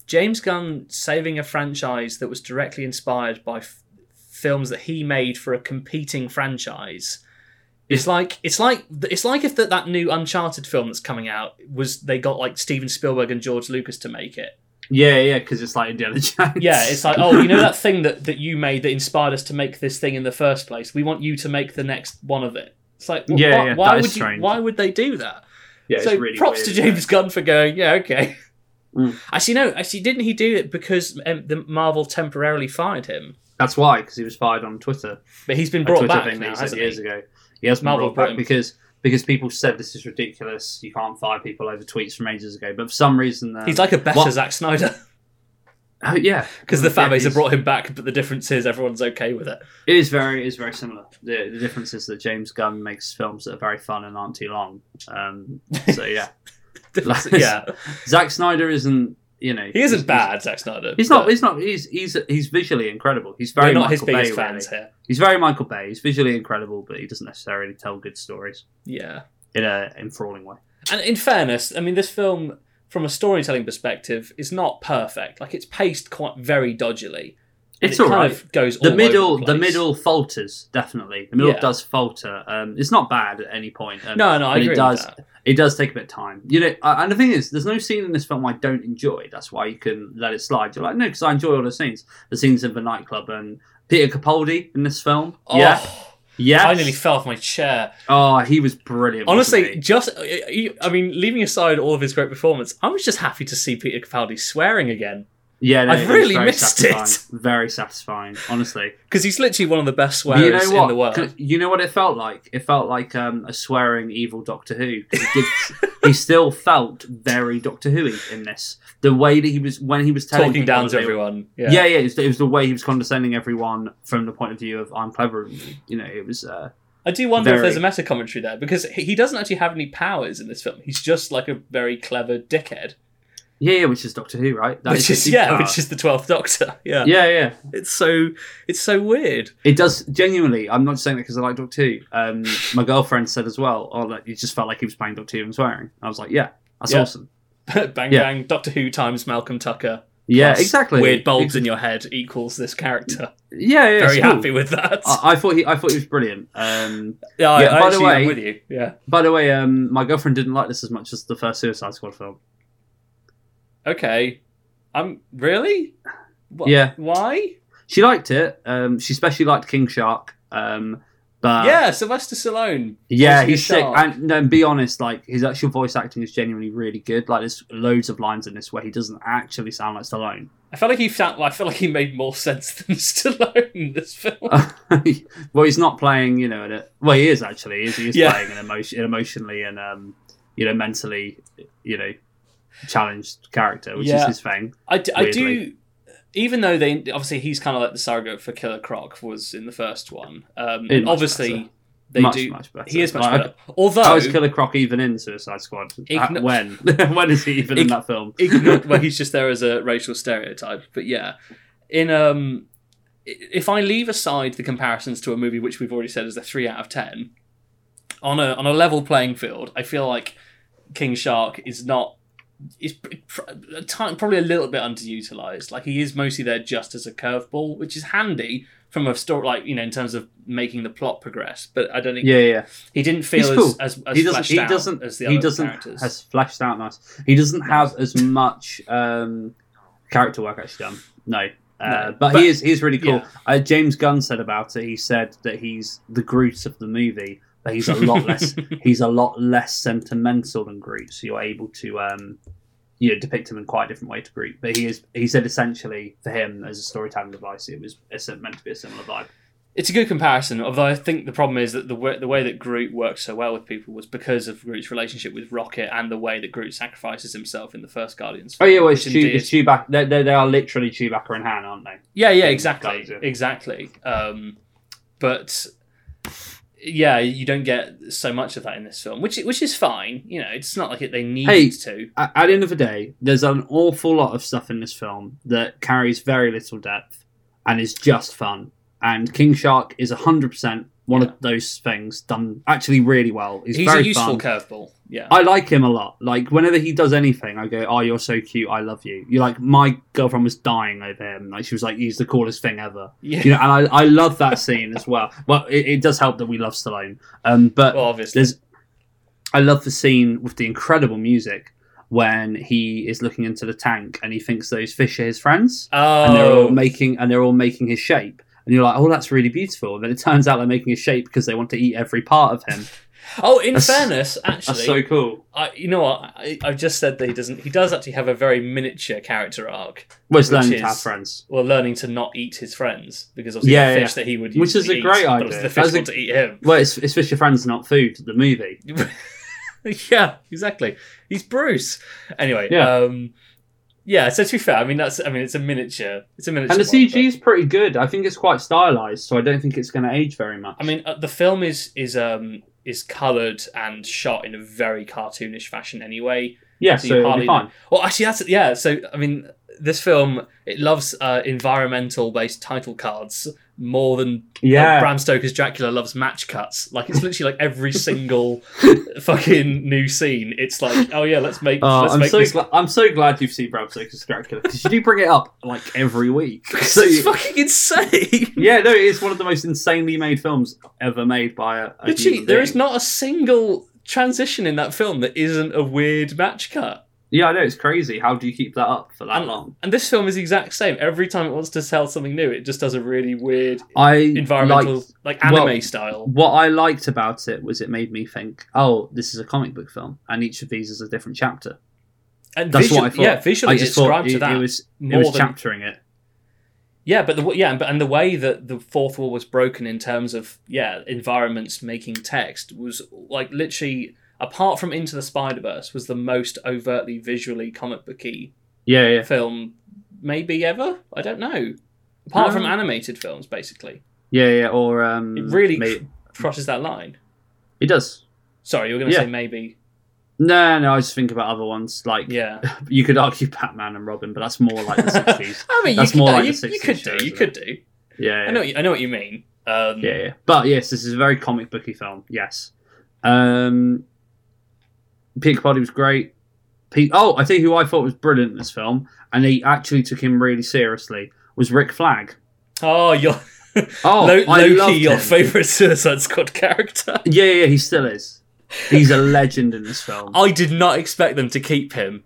Speaker 8: James Gunn saving a franchise that was directly inspired by f- films that he made for a competing franchise. It's like it's like it's like if that, that new Uncharted film that's coming out was they got like Steven Spielberg and George Lucas to make it.
Speaker 7: yeah, yeah, because it's like Indiana Jones.
Speaker 8: Yeah, it's like, oh, you know that thing that, that you made that inspired us to make this thing in the first place. We want you to make the next one of it. It's like, wh-
Speaker 7: Yeah,
Speaker 8: why,
Speaker 7: yeah,
Speaker 8: why
Speaker 7: that is
Speaker 8: would
Speaker 7: strange.
Speaker 8: you? Why would they do that?
Speaker 7: yeah,
Speaker 8: so
Speaker 7: it's really
Speaker 8: props
Speaker 7: weird.
Speaker 8: to James Gunn for going. Yeah, okay.
Speaker 7: Mm.
Speaker 8: Actually, no. Actually, didn't he do it because um, the Marvel temporarily fired him?
Speaker 7: That's why, because he was fired on Twitter.
Speaker 8: But he's been
Speaker 7: a
Speaker 8: brought
Speaker 7: Twitter
Speaker 8: back
Speaker 7: thing that
Speaker 8: now,
Speaker 7: he said
Speaker 8: hasn't
Speaker 7: years
Speaker 8: he?
Speaker 7: ago. He has been
Speaker 8: Marvel
Speaker 7: brought back
Speaker 8: Prime.
Speaker 7: because because people said this is ridiculous. You can't fire people over tweets from ages ago, but for some reason um,
Speaker 8: He's like a better
Speaker 7: what-
Speaker 8: Zack Snyder
Speaker 7: Oh, yeah,
Speaker 8: because the fan
Speaker 7: Yeah,
Speaker 8: base have
Speaker 7: he's-
Speaker 8: brought him back, but the difference is everyone's okay with it.
Speaker 7: It is very it is very similar. The, the difference is that James Gunn makes films that are very fun and aren't too long. Um, so yeah,
Speaker 8: Difference-
Speaker 7: Like-
Speaker 8: yeah,
Speaker 7: Zack Snyder isn't you know
Speaker 8: he
Speaker 7: he's-
Speaker 8: isn't bad, Zack Snyder.
Speaker 7: He's not.
Speaker 8: but
Speaker 7: He's not. He's he's he's visually incredible. He's
Speaker 8: We're
Speaker 7: very
Speaker 8: not his
Speaker 7: Michael
Speaker 8: biggest
Speaker 7: Bay,
Speaker 8: fans
Speaker 7: really.
Speaker 8: here.
Speaker 7: He's very Michael Bay. He's visually incredible, but he doesn't necessarily tell good stories
Speaker 8: Yeah.
Speaker 7: in a enthralling way.
Speaker 8: And in fairness, I mean, this film, from a storytelling perspective, is not perfect. Like it's paced quite very dodgily. And
Speaker 7: It's
Speaker 8: it
Speaker 7: all
Speaker 8: kind
Speaker 7: right.
Speaker 8: Of goes all
Speaker 7: the
Speaker 8: over
Speaker 7: middle the,
Speaker 8: place.
Speaker 7: middle falters definitely the middle
Speaker 8: Yeah.
Speaker 7: does falter um it's not bad at any point um,
Speaker 8: No, no, I
Speaker 7: but
Speaker 8: agree.
Speaker 7: it
Speaker 8: with
Speaker 7: does
Speaker 8: that.
Speaker 7: it does take a bit of time you know I- and the thing is there's no scene in this film i don't enjoy that's why you can let it slide you're like no because i enjoy all the scenes the scenes in the nightclub and peter capaldi in this film
Speaker 8: Oh,
Speaker 7: yeah yeah
Speaker 8: I nearly fell off my chair.
Speaker 7: oh he was brilliant wasn't
Speaker 8: Honestly,
Speaker 7: he?
Speaker 8: just uh, I mean, leaving aside all of his great performance, I was just happy to see Peter Capaldi swearing again
Speaker 7: yeah no,
Speaker 8: I've
Speaker 7: it was
Speaker 8: really
Speaker 7: very
Speaker 8: missed it.
Speaker 7: satisfying. very satisfying honestly
Speaker 8: because he's literally one of the best
Speaker 7: But
Speaker 8: swearers in the world.
Speaker 7: Can- You know what it felt like? It felt like um, a swearing evil Doctor Who. 'Cause It did, he still felt very Doctor Who in this. The way that he was when he was telling
Speaker 8: Talking
Speaker 7: people
Speaker 8: down
Speaker 7: that
Speaker 8: to
Speaker 7: they-
Speaker 8: everyone. Yeah.
Speaker 7: Yeah, yeah. it, was, it was the way he was condescending everyone from the point of view of I'm clever. and you." You know, it was. Uh,
Speaker 8: I do wonder if
Speaker 7: Very.
Speaker 8: there's a meta commentary there because he he doesn't actually have any powers in this film. He's just like a very clever dickhead,
Speaker 7: yeah, yeah, which is Doctor Who, right? That
Speaker 8: which
Speaker 7: a
Speaker 8: is yeah,
Speaker 7: superpower.
Speaker 8: which is the Twelfth Doctor. Yeah.
Speaker 7: yeah, yeah.
Speaker 8: It's so it's so weird.
Speaker 7: It does genuinely. I'm not saying that because I like Doctor Who. Um, my girlfriend said as well. Oh, like, it just felt like he was playing Doctor Who and swearing. I was like, yeah, that's
Speaker 8: Yeah.
Speaker 7: awesome.
Speaker 8: bang
Speaker 7: Yeah.
Speaker 8: bang, Doctor Who times Malcolm Tucker.
Speaker 7: Yeah,
Speaker 8: plus
Speaker 7: exactly.
Speaker 8: Weird bulbs
Speaker 7: Ex-
Speaker 8: in your head equals this character.
Speaker 7: Yeah, yeah.
Speaker 8: Very
Speaker 7: it's cool.
Speaker 8: happy with that.
Speaker 7: I, I thought he, I thought he was brilliant. Um,
Speaker 8: yeah, I,
Speaker 7: yeah,
Speaker 8: I
Speaker 7: by the
Speaker 8: actually,
Speaker 7: way-
Speaker 8: I'm with you. Yeah.
Speaker 7: by the way, um, my girlfriend didn't like this as much as the first Suicide Squad film.
Speaker 8: Okay. I'm really. Wha-
Speaker 7: Yeah.
Speaker 8: Why?
Speaker 7: She liked it. Um, she especially liked King Shark. Um, but
Speaker 8: yeah, Sylvester Stallone.
Speaker 7: yeah,
Speaker 8: voicing
Speaker 7: he's
Speaker 8: a
Speaker 7: sick.
Speaker 8: shark.
Speaker 7: And, no, and be honest, like his actual voice acting is genuinely really good. Like there's loads of lines in this where he doesn't actually sound like Stallone.
Speaker 8: I felt like he found, I felt like he made more sense than Stallone in this film.
Speaker 7: well, he's not playing, you know. In a, well, he is actually. He is, he is
Speaker 8: Yeah.
Speaker 7: playing an emotion, an emotionally and um, you know, mentally, you know, challenged character, which
Speaker 8: Yeah.
Speaker 7: is his thing.
Speaker 8: I, d- I do
Speaker 7: weirdly.
Speaker 8: even though they obviously he's kind of like the surrogate for Killer Croc was in the first one. Um,
Speaker 7: Much better.
Speaker 8: obviously they
Speaker 7: Much,
Speaker 8: do.
Speaker 7: much better.
Speaker 8: He is much
Speaker 7: Like, I-
Speaker 8: better. Although
Speaker 7: How is Killer Croc even in Suicide Squad?
Speaker 8: Igno-
Speaker 7: Uh, when? when is he even in
Speaker 8: Ign-
Speaker 7: that film?
Speaker 8: ignored well he's just there as a racial stereotype but yeah in um i- if i leave aside the comparisons to a movie which we've already said is a 3 out of 10 on a on a level playing field i feel like king shark is not is pr- pr- a ti- probably a little bit underutilized like he is mostly there just as a curveball which is handy from a story like you know in terms of making the plot progress but i don't think
Speaker 7: Yeah, yeah.
Speaker 8: he didn't
Speaker 7: He's
Speaker 8: feel as,
Speaker 7: cool.
Speaker 8: as, as
Speaker 7: he doesn't.
Speaker 8: fleshed
Speaker 7: He
Speaker 8: out
Speaker 7: doesn't.
Speaker 8: as the
Speaker 7: he
Speaker 8: other
Speaker 7: doesn't
Speaker 8: characters
Speaker 7: has fleshed out nice. He doesn't have as much um, character work actually done. No. Uh,
Speaker 8: No,
Speaker 7: but,
Speaker 8: but-
Speaker 7: he is he is really cool.
Speaker 8: yeah.
Speaker 7: Uh, James Gunn said about it. He said that he's the Groot of the movie, but he's a lot less he's a lot less sentimental than Groot. So you're able to um, you know, depict him in quite a different way to Groot. But he is he said essentially for him as a storytelling device, it was it's meant to be a similar vibe.
Speaker 8: It's a good comparison, although I think the problem is that the way, the way that Groot worked so well with people was because of Groot's relationship with Rocket and the way that Groot sacrifices himself in the first Guardians.
Speaker 7: Oh
Speaker 8: film,
Speaker 7: yeah, well it's,
Speaker 8: which
Speaker 7: Chew,
Speaker 8: indeed
Speaker 7: it's
Speaker 8: is-
Speaker 7: Chewbacca. They, they, they are literally Chewbacca and Han, aren't they?
Speaker 8: Yeah, yeah, exactly,
Speaker 7: Guardians, yeah.
Speaker 8: exactly. Um, but yeah, you don't get so much of that in this film, which which is fine. You know, it's not like it, they need
Speaker 7: Hey.
Speaker 8: to.
Speaker 7: A- At the end of the day, there's an awful lot of stuff in this film that carries very little depth and is just fun. And King Shark is hundred percent one
Speaker 8: Yeah.
Speaker 7: of those things done actually really well. He's,
Speaker 8: He's
Speaker 7: very
Speaker 8: a
Speaker 7: fun.
Speaker 8: useful curveball. Yeah,
Speaker 7: I like him a lot. Like whenever he does anything, I go, "Oh, you're so cute. I love you." You're like, my girlfriend was dying over him. Like she was like, "He's the coolest thing ever."
Speaker 8: Yeah.
Speaker 7: You know, and I, I love that scene as well. Well, it, it does help that we love Stallone. Um, but
Speaker 8: well, obviously.
Speaker 7: there's, I love the scene with the incredible music when he is looking into the tank and he thinks those fish are his friends
Speaker 8: oh,
Speaker 7: and they're all making and they're all making his shape. And you're like, oh, that's really beautiful. And then it turns out they're making his shape because they want to eat every part of him.
Speaker 8: oh, in
Speaker 7: That's-
Speaker 8: fairness, actually,
Speaker 7: That's so cool.
Speaker 8: I, you know what? I, I've just said that he doesn't. He does actually have a very miniature character arc.
Speaker 7: Where's
Speaker 8: Which
Speaker 7: learning
Speaker 8: is-
Speaker 7: to have friends?
Speaker 8: Well, learning to not eat his friends because obviously
Speaker 7: Yeah,
Speaker 8: the
Speaker 7: yeah,
Speaker 8: fish that he would,
Speaker 7: Which is
Speaker 8: usually
Speaker 7: a
Speaker 8: eat,
Speaker 7: great
Speaker 8: but
Speaker 7: idea.
Speaker 8: The fish
Speaker 7: That's a-
Speaker 8: want to eat him.
Speaker 7: Well, it's, it's Fish Your Friends, Not Food, the movie.
Speaker 8: yeah, exactly. He's Bruce. Anyway,
Speaker 7: Yeah.
Speaker 8: um, yeah. So to be fair, I mean that's. I mean it's a miniature. It's a miniature.
Speaker 7: And the
Speaker 8: one,
Speaker 7: CG is pretty good. I think it's quite stylized, so I don't think it's going to age very much.
Speaker 8: but- I mean uh, the film is is um is coloured and shot in a very cartoonish fashion anyway.
Speaker 7: yeah,
Speaker 8: So
Speaker 7: so,
Speaker 8: you
Speaker 7: it'll
Speaker 8: hardly
Speaker 7: be fine.
Speaker 8: Well, actually, that's yeah. So I mean, this film it loves uh, environmental-based title cards more than like,
Speaker 7: Yeah.
Speaker 8: Bram Stoker's Dracula loves match cuts. Like it's literally like every single fucking new scene. It's like, oh yeah, let's make
Speaker 7: Oh,
Speaker 8: let's
Speaker 7: I'm
Speaker 8: make
Speaker 7: so
Speaker 8: this.
Speaker 7: gla- I'm so glad you've seen Bram Stoker's Dracula because you do bring it up like every week. So
Speaker 8: it's
Speaker 7: you-
Speaker 8: fucking insane.
Speaker 7: yeah, no, it is one of the most insanely made films ever made by a. a
Speaker 8: Literally,
Speaker 7: human
Speaker 8: there
Speaker 7: being.
Speaker 8: is not a single transition in that film that isn't a weird match cut.
Speaker 7: Yeah, I know it's crazy. How do you keep that up for that
Speaker 8: And-
Speaker 7: long?
Speaker 8: And this film is the exact same. Every time it wants to sell something new, it just does a really weird
Speaker 7: I
Speaker 8: environmental,
Speaker 7: liked-
Speaker 8: like anime
Speaker 7: well,
Speaker 8: style.
Speaker 7: What I liked about it was it made me think, oh, this is a comic book film, and each of these is a different chapter.
Speaker 8: And
Speaker 7: That's
Speaker 8: visual-
Speaker 7: what I thought.
Speaker 8: Yeah, visually
Speaker 7: I just
Speaker 8: described
Speaker 7: thought it,
Speaker 8: to that.
Speaker 7: it was it
Speaker 8: more
Speaker 7: was
Speaker 8: than-
Speaker 7: chaptering it.
Speaker 8: yeah, but the, w- yeah, and- but and the way that the fourth wall was broken in terms of yeah environments making text was like literally apart from Into the Spider Verse was the most overtly visually comic booky
Speaker 7: Yeah, yeah.
Speaker 8: film maybe ever. I don't know. Apart from
Speaker 7: No.
Speaker 8: animated films, basically,
Speaker 7: Yeah, yeah, or um,
Speaker 8: it really
Speaker 7: may-
Speaker 8: cr- crosses that line.
Speaker 7: it does.
Speaker 8: Sorry, you were going to
Speaker 7: Yeah.
Speaker 8: say maybe.
Speaker 7: No, no, I just think about other ones. Like,
Speaker 8: Yeah,
Speaker 7: you could argue Batman and Robin, but that's more like the sixties.
Speaker 8: I mean, you
Speaker 7: That's
Speaker 8: could,
Speaker 7: more
Speaker 8: no,
Speaker 7: like
Speaker 8: you,
Speaker 7: the
Speaker 8: you
Speaker 7: 60s
Speaker 8: could
Speaker 7: show,
Speaker 8: do. You
Speaker 7: isn't
Speaker 8: could do.
Speaker 7: yeah, yeah,
Speaker 8: I know. I know what you mean. Um,
Speaker 7: yeah, yeah. But yes, this is a very comic booky film. Yes, um, Peter Capaldi was great. Pete, oh, I tell you who I thought was brilliant in this film, and he actually took him really seriously was Rick Flag.
Speaker 8: Oh, you're.
Speaker 7: Oh,
Speaker 8: Lo-
Speaker 7: I
Speaker 8: Loki,
Speaker 7: loved
Speaker 8: your
Speaker 7: him.
Speaker 8: favorite Suicide Squad character.
Speaker 7: Yeah, yeah, he still is. He's a legend in this film.
Speaker 8: I did not expect them to keep him.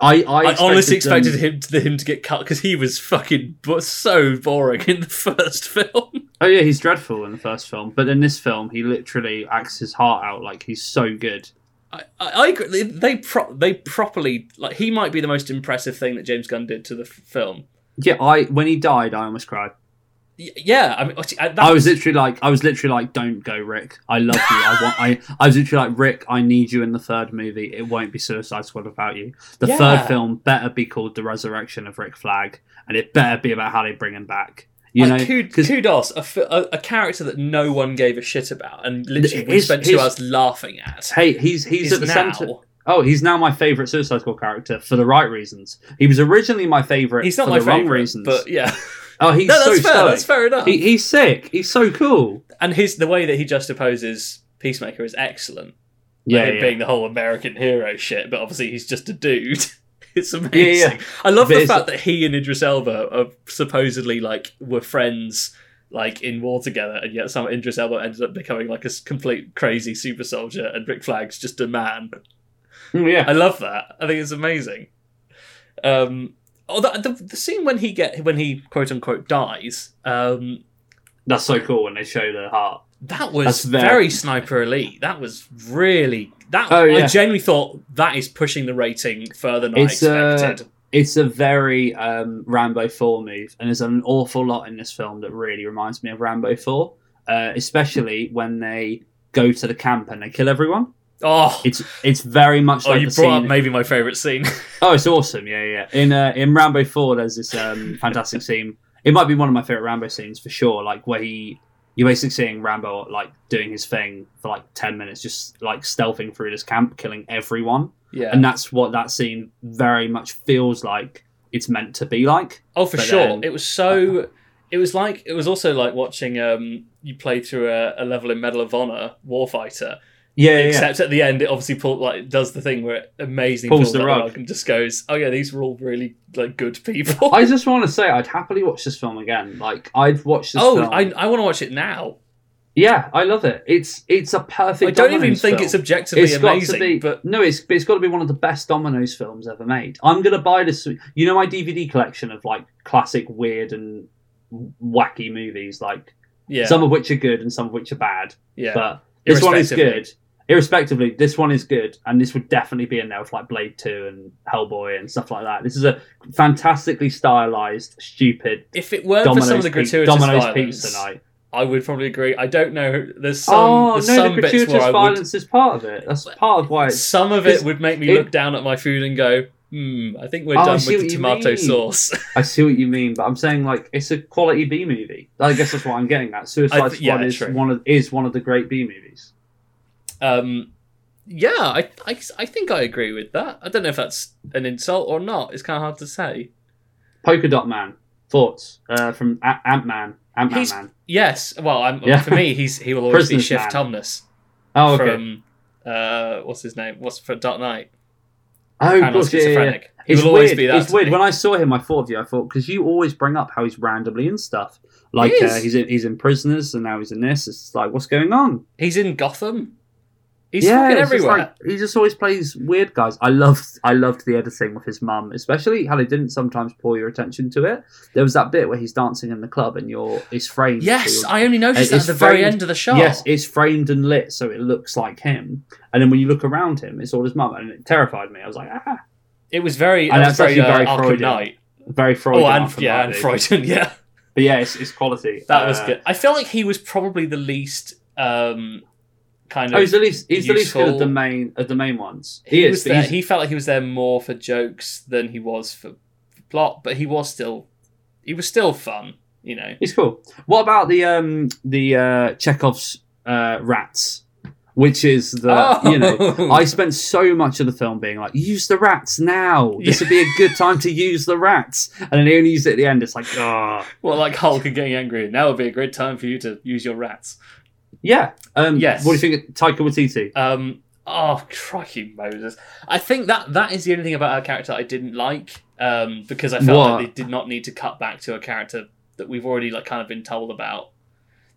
Speaker 7: I, I,
Speaker 8: I, honestly
Speaker 7: them-
Speaker 8: expected him to, him to get cut because he was fucking bo- so boring in the first film.
Speaker 7: Oh yeah, he's dreadful in the first film, but in this film, he literally acts his heart out. Like he's so good.
Speaker 8: I, I, I agree. They they, pro- they properly like he might be the most impressive thing that James Gunn did to the f- film.
Speaker 7: Yeah, I when he died, I almost cried.
Speaker 8: Y- yeah, I mean, actually, I- that,
Speaker 7: I was literally like, I was literally like, don't go, Rick. I love you. I want. I. I was literally like, Rick. I need you in the third movie. It won't be Suicide Squad without you. The
Speaker 8: Yeah.
Speaker 7: third film better be called The Resurrection of Rick Flag, and it better be about how they bring him back. You
Speaker 8: like,
Speaker 7: know,
Speaker 8: kud- kudos a, fi- a, a character that no one gave a shit about and literally we
Speaker 7: his-
Speaker 8: spent two
Speaker 7: his-
Speaker 8: hours laughing at.
Speaker 7: hey, he's he's
Speaker 8: is
Speaker 7: at the
Speaker 8: now-
Speaker 7: center. Oh, he's now my favorite Suicide Squad character for the right reasons. He was originally my favorite
Speaker 8: He's not
Speaker 7: for
Speaker 8: my
Speaker 7: the
Speaker 8: favorite,
Speaker 7: wrong reasons.
Speaker 8: but yeah.
Speaker 7: oh, he's
Speaker 8: no,
Speaker 7: so
Speaker 8: that's fair.
Speaker 7: stoic.
Speaker 8: That's fair enough.
Speaker 7: He, he's sick. He's so cool.
Speaker 8: and his the way that he juxtaposes Peacemaker is excellent. Yeah, him being the whole American hero shit, but obviously he's just a dude. It's amazing.
Speaker 7: yeah.
Speaker 8: I love
Speaker 7: But
Speaker 8: the
Speaker 7: it's-
Speaker 8: fact that he and Idris Elba are supposedly like were friends, like in war together, and yet some Idris Elba ended up becoming like a s- complete crazy super soldier, and Rick Flag's just a man.
Speaker 7: Mm, yeah.
Speaker 8: I love that. I think it's amazing. Um, oh, the, the, the scene when he get when he quote unquote dies, um,
Speaker 7: That's so cool when they show their heart.
Speaker 8: That was
Speaker 4: That's their-
Speaker 8: very sniper elite. That was really that.
Speaker 4: Oh, yeah.
Speaker 8: I genuinely thought that is pushing the rating further than
Speaker 7: It's uh,
Speaker 8: I
Speaker 7: a
Speaker 8: expected.
Speaker 7: it's a very um, Rambo four move, and there's an awful lot in this film that really reminds me of Rambo four, uh, especially when they go to the camp and they kill everyone.
Speaker 8: oh,
Speaker 7: It's it's very much
Speaker 8: oh,
Speaker 7: like
Speaker 8: you
Speaker 7: the
Speaker 8: brought
Speaker 7: scene.
Speaker 8: up maybe my favorite scene.
Speaker 7: Oh, it's awesome! Yeah, yeah. yeah. In uh, in Rambo Four, there's this um, fantastic scene. It might be one of my favorite Rambo scenes for sure. Like where he, you're basically seeing Rambo like doing his thing for like ten minutes, just like stealthing through this camp, killing everyone,
Speaker 8: yeah.
Speaker 7: and that's what that scene very much feels like. It's meant to be like.
Speaker 8: Oh, for
Speaker 7: But um,
Speaker 8: sure.
Speaker 7: then-
Speaker 8: it was so. It was like it was also like watching um you play through a, a level in Medal of Honor Warfighter,
Speaker 7: Yeah, yeah.
Speaker 8: except at the end it obviously pull, like does the thing where it amazingly
Speaker 7: Pulls the rug.
Speaker 8: and just goes, oh yeah, these were all really like good people.
Speaker 7: I just want to say I'd happily watch this film again. Like I'd watch this.
Speaker 8: oh,
Speaker 7: film.
Speaker 8: I, I want to watch it now.
Speaker 7: yeah, I love it. It's it's a perfect.
Speaker 8: I don't even
Speaker 7: Domino's
Speaker 8: think
Speaker 7: film.
Speaker 8: it's objectively amazing,
Speaker 7: Got to be,
Speaker 8: but
Speaker 7: no, it's but it's got to be one of the best Domino's films ever made. I'm gonna buy this. You know my DVD collection of like classic weird and wacky movies, like
Speaker 8: yeah,
Speaker 7: some of which are good and some of which are bad.
Speaker 8: yeah,
Speaker 7: But this one is
Speaker 8: Irrespectively.
Speaker 7: good. Irrespectively, this one is good, and this would definitely be in there with like Blade Two and Hellboy and stuff like that. This is a fantastically stylized, stupid.
Speaker 8: if it weren't
Speaker 7: Domino's,
Speaker 8: for some of the
Speaker 7: pi-
Speaker 8: gratuitous
Speaker 7: Domino's
Speaker 8: violence,
Speaker 7: pizza night.
Speaker 8: I would probably agree. I don't know. There's some
Speaker 7: oh no,
Speaker 8: there's some
Speaker 7: the
Speaker 8: bits
Speaker 7: gratuitous
Speaker 8: where I would
Speaker 7: violence is part of it. That's part of why it's
Speaker 8: Some of
Speaker 7: Because
Speaker 8: it would make me
Speaker 7: it-
Speaker 8: look down at my food and go, hmm, I think we're
Speaker 7: Oh, I
Speaker 8: done
Speaker 7: see
Speaker 8: with
Speaker 7: what
Speaker 8: the
Speaker 7: you
Speaker 8: tomato
Speaker 7: mean.
Speaker 8: sauce.
Speaker 7: I see what you mean, but I'm saying like it's a quality B movie. I guess that's what I'm getting at.
Speaker 8: I
Speaker 7: Suicide
Speaker 8: th-
Speaker 7: Squad
Speaker 8: yeah,
Speaker 7: is
Speaker 8: true.
Speaker 7: one of is one of the great B movies.
Speaker 8: um, yeah, I, I, I think I agree with that. I don't know if that's an insult or not. It's kind of hard to say.
Speaker 7: Polka Dot Man thoughts uh, from a- Ant Man. Ant Man
Speaker 8: He's,
Speaker 7: Man.
Speaker 8: yes, well, I'm,
Speaker 7: Yeah.
Speaker 8: for me, he's he will always be
Speaker 7: Prisoner's
Speaker 8: Chef
Speaker 7: man.
Speaker 8: Tumnus
Speaker 7: Oh okay.
Speaker 8: from uh, what's his name? What's for Dark Knight?
Speaker 7: oh
Speaker 8: Pan
Speaker 7: of course, yeah, yeah, yeah.
Speaker 8: schizophrenic. He
Speaker 7: It's
Speaker 8: will always
Speaker 7: weird.
Speaker 8: be that
Speaker 7: It's
Speaker 8: to
Speaker 7: weird.
Speaker 8: me.
Speaker 7: When I saw him, I thought of you. I thought because you always bring up how he's randomly in stuff. Like
Speaker 8: He
Speaker 7: uh,
Speaker 8: is.
Speaker 7: he's in, he's in prisoners and now he's in this. It's like what's going on?
Speaker 8: He's in Gotham. He's
Speaker 7: yeah,
Speaker 8: fucking
Speaker 7: it's just
Speaker 8: everywhere.
Speaker 7: like, he just always plays weird guys. I loved I loved the editing with his mum, especially how they didn't sometimes pull your attention to it. There was that bit where he's dancing in the club and you're it's framed.
Speaker 8: yes,
Speaker 7: so you're-
Speaker 8: I only noticed that
Speaker 7: it's
Speaker 8: at the very
Speaker 7: framed-
Speaker 8: end of the shot.
Speaker 7: Yes, it's framed and lit so it looks like him. And then when you look around him, it's all his mum, and it terrified me. I was like, ah,
Speaker 8: it was very.
Speaker 7: And
Speaker 8: that was
Speaker 7: that's
Speaker 8: very,
Speaker 7: actually very
Speaker 8: uh, Arkham
Speaker 7: Freudian.
Speaker 8: Knight.
Speaker 7: very Freudian.
Speaker 8: Oh, and
Speaker 7: Arkham
Speaker 8: yeah,
Speaker 7: Knight
Speaker 8: and
Speaker 7: movie.
Speaker 8: Freud, yeah,
Speaker 7: But yeah, it's, it's quality.
Speaker 8: that was
Speaker 7: Uh,
Speaker 8: good. I feel like he was probably the least um, kind of.
Speaker 7: Oh, he's the least he's the least good of
Speaker 8: useful.
Speaker 7: the main of the main ones.
Speaker 8: He,
Speaker 7: He, is.
Speaker 8: was
Speaker 7: but
Speaker 8: there.
Speaker 7: he's-
Speaker 8: He felt like he was there more for jokes than he was for plot, but he was still, he was still fun. You know,
Speaker 7: It's cool. What about the um the uh Chekhov's uh rats? Which is the
Speaker 8: Oh.
Speaker 7: you know I spent so much of the film being like, use the rats now. This would be a good time to use the rats. And then they only use it at the end, it's like, ah,
Speaker 8: well, like Hulk and getting angry. Now would be a great time for you to use your rats.
Speaker 7: Yeah. Um
Speaker 8: Yes.
Speaker 7: what do you think of Taika Waititi?
Speaker 8: Um, oh, crikey, Moses! I think that that is the only thing about her character I didn't like um, because I felt
Speaker 7: What?
Speaker 8: like they did not need to cut back to a character that we've already like kind of been told about.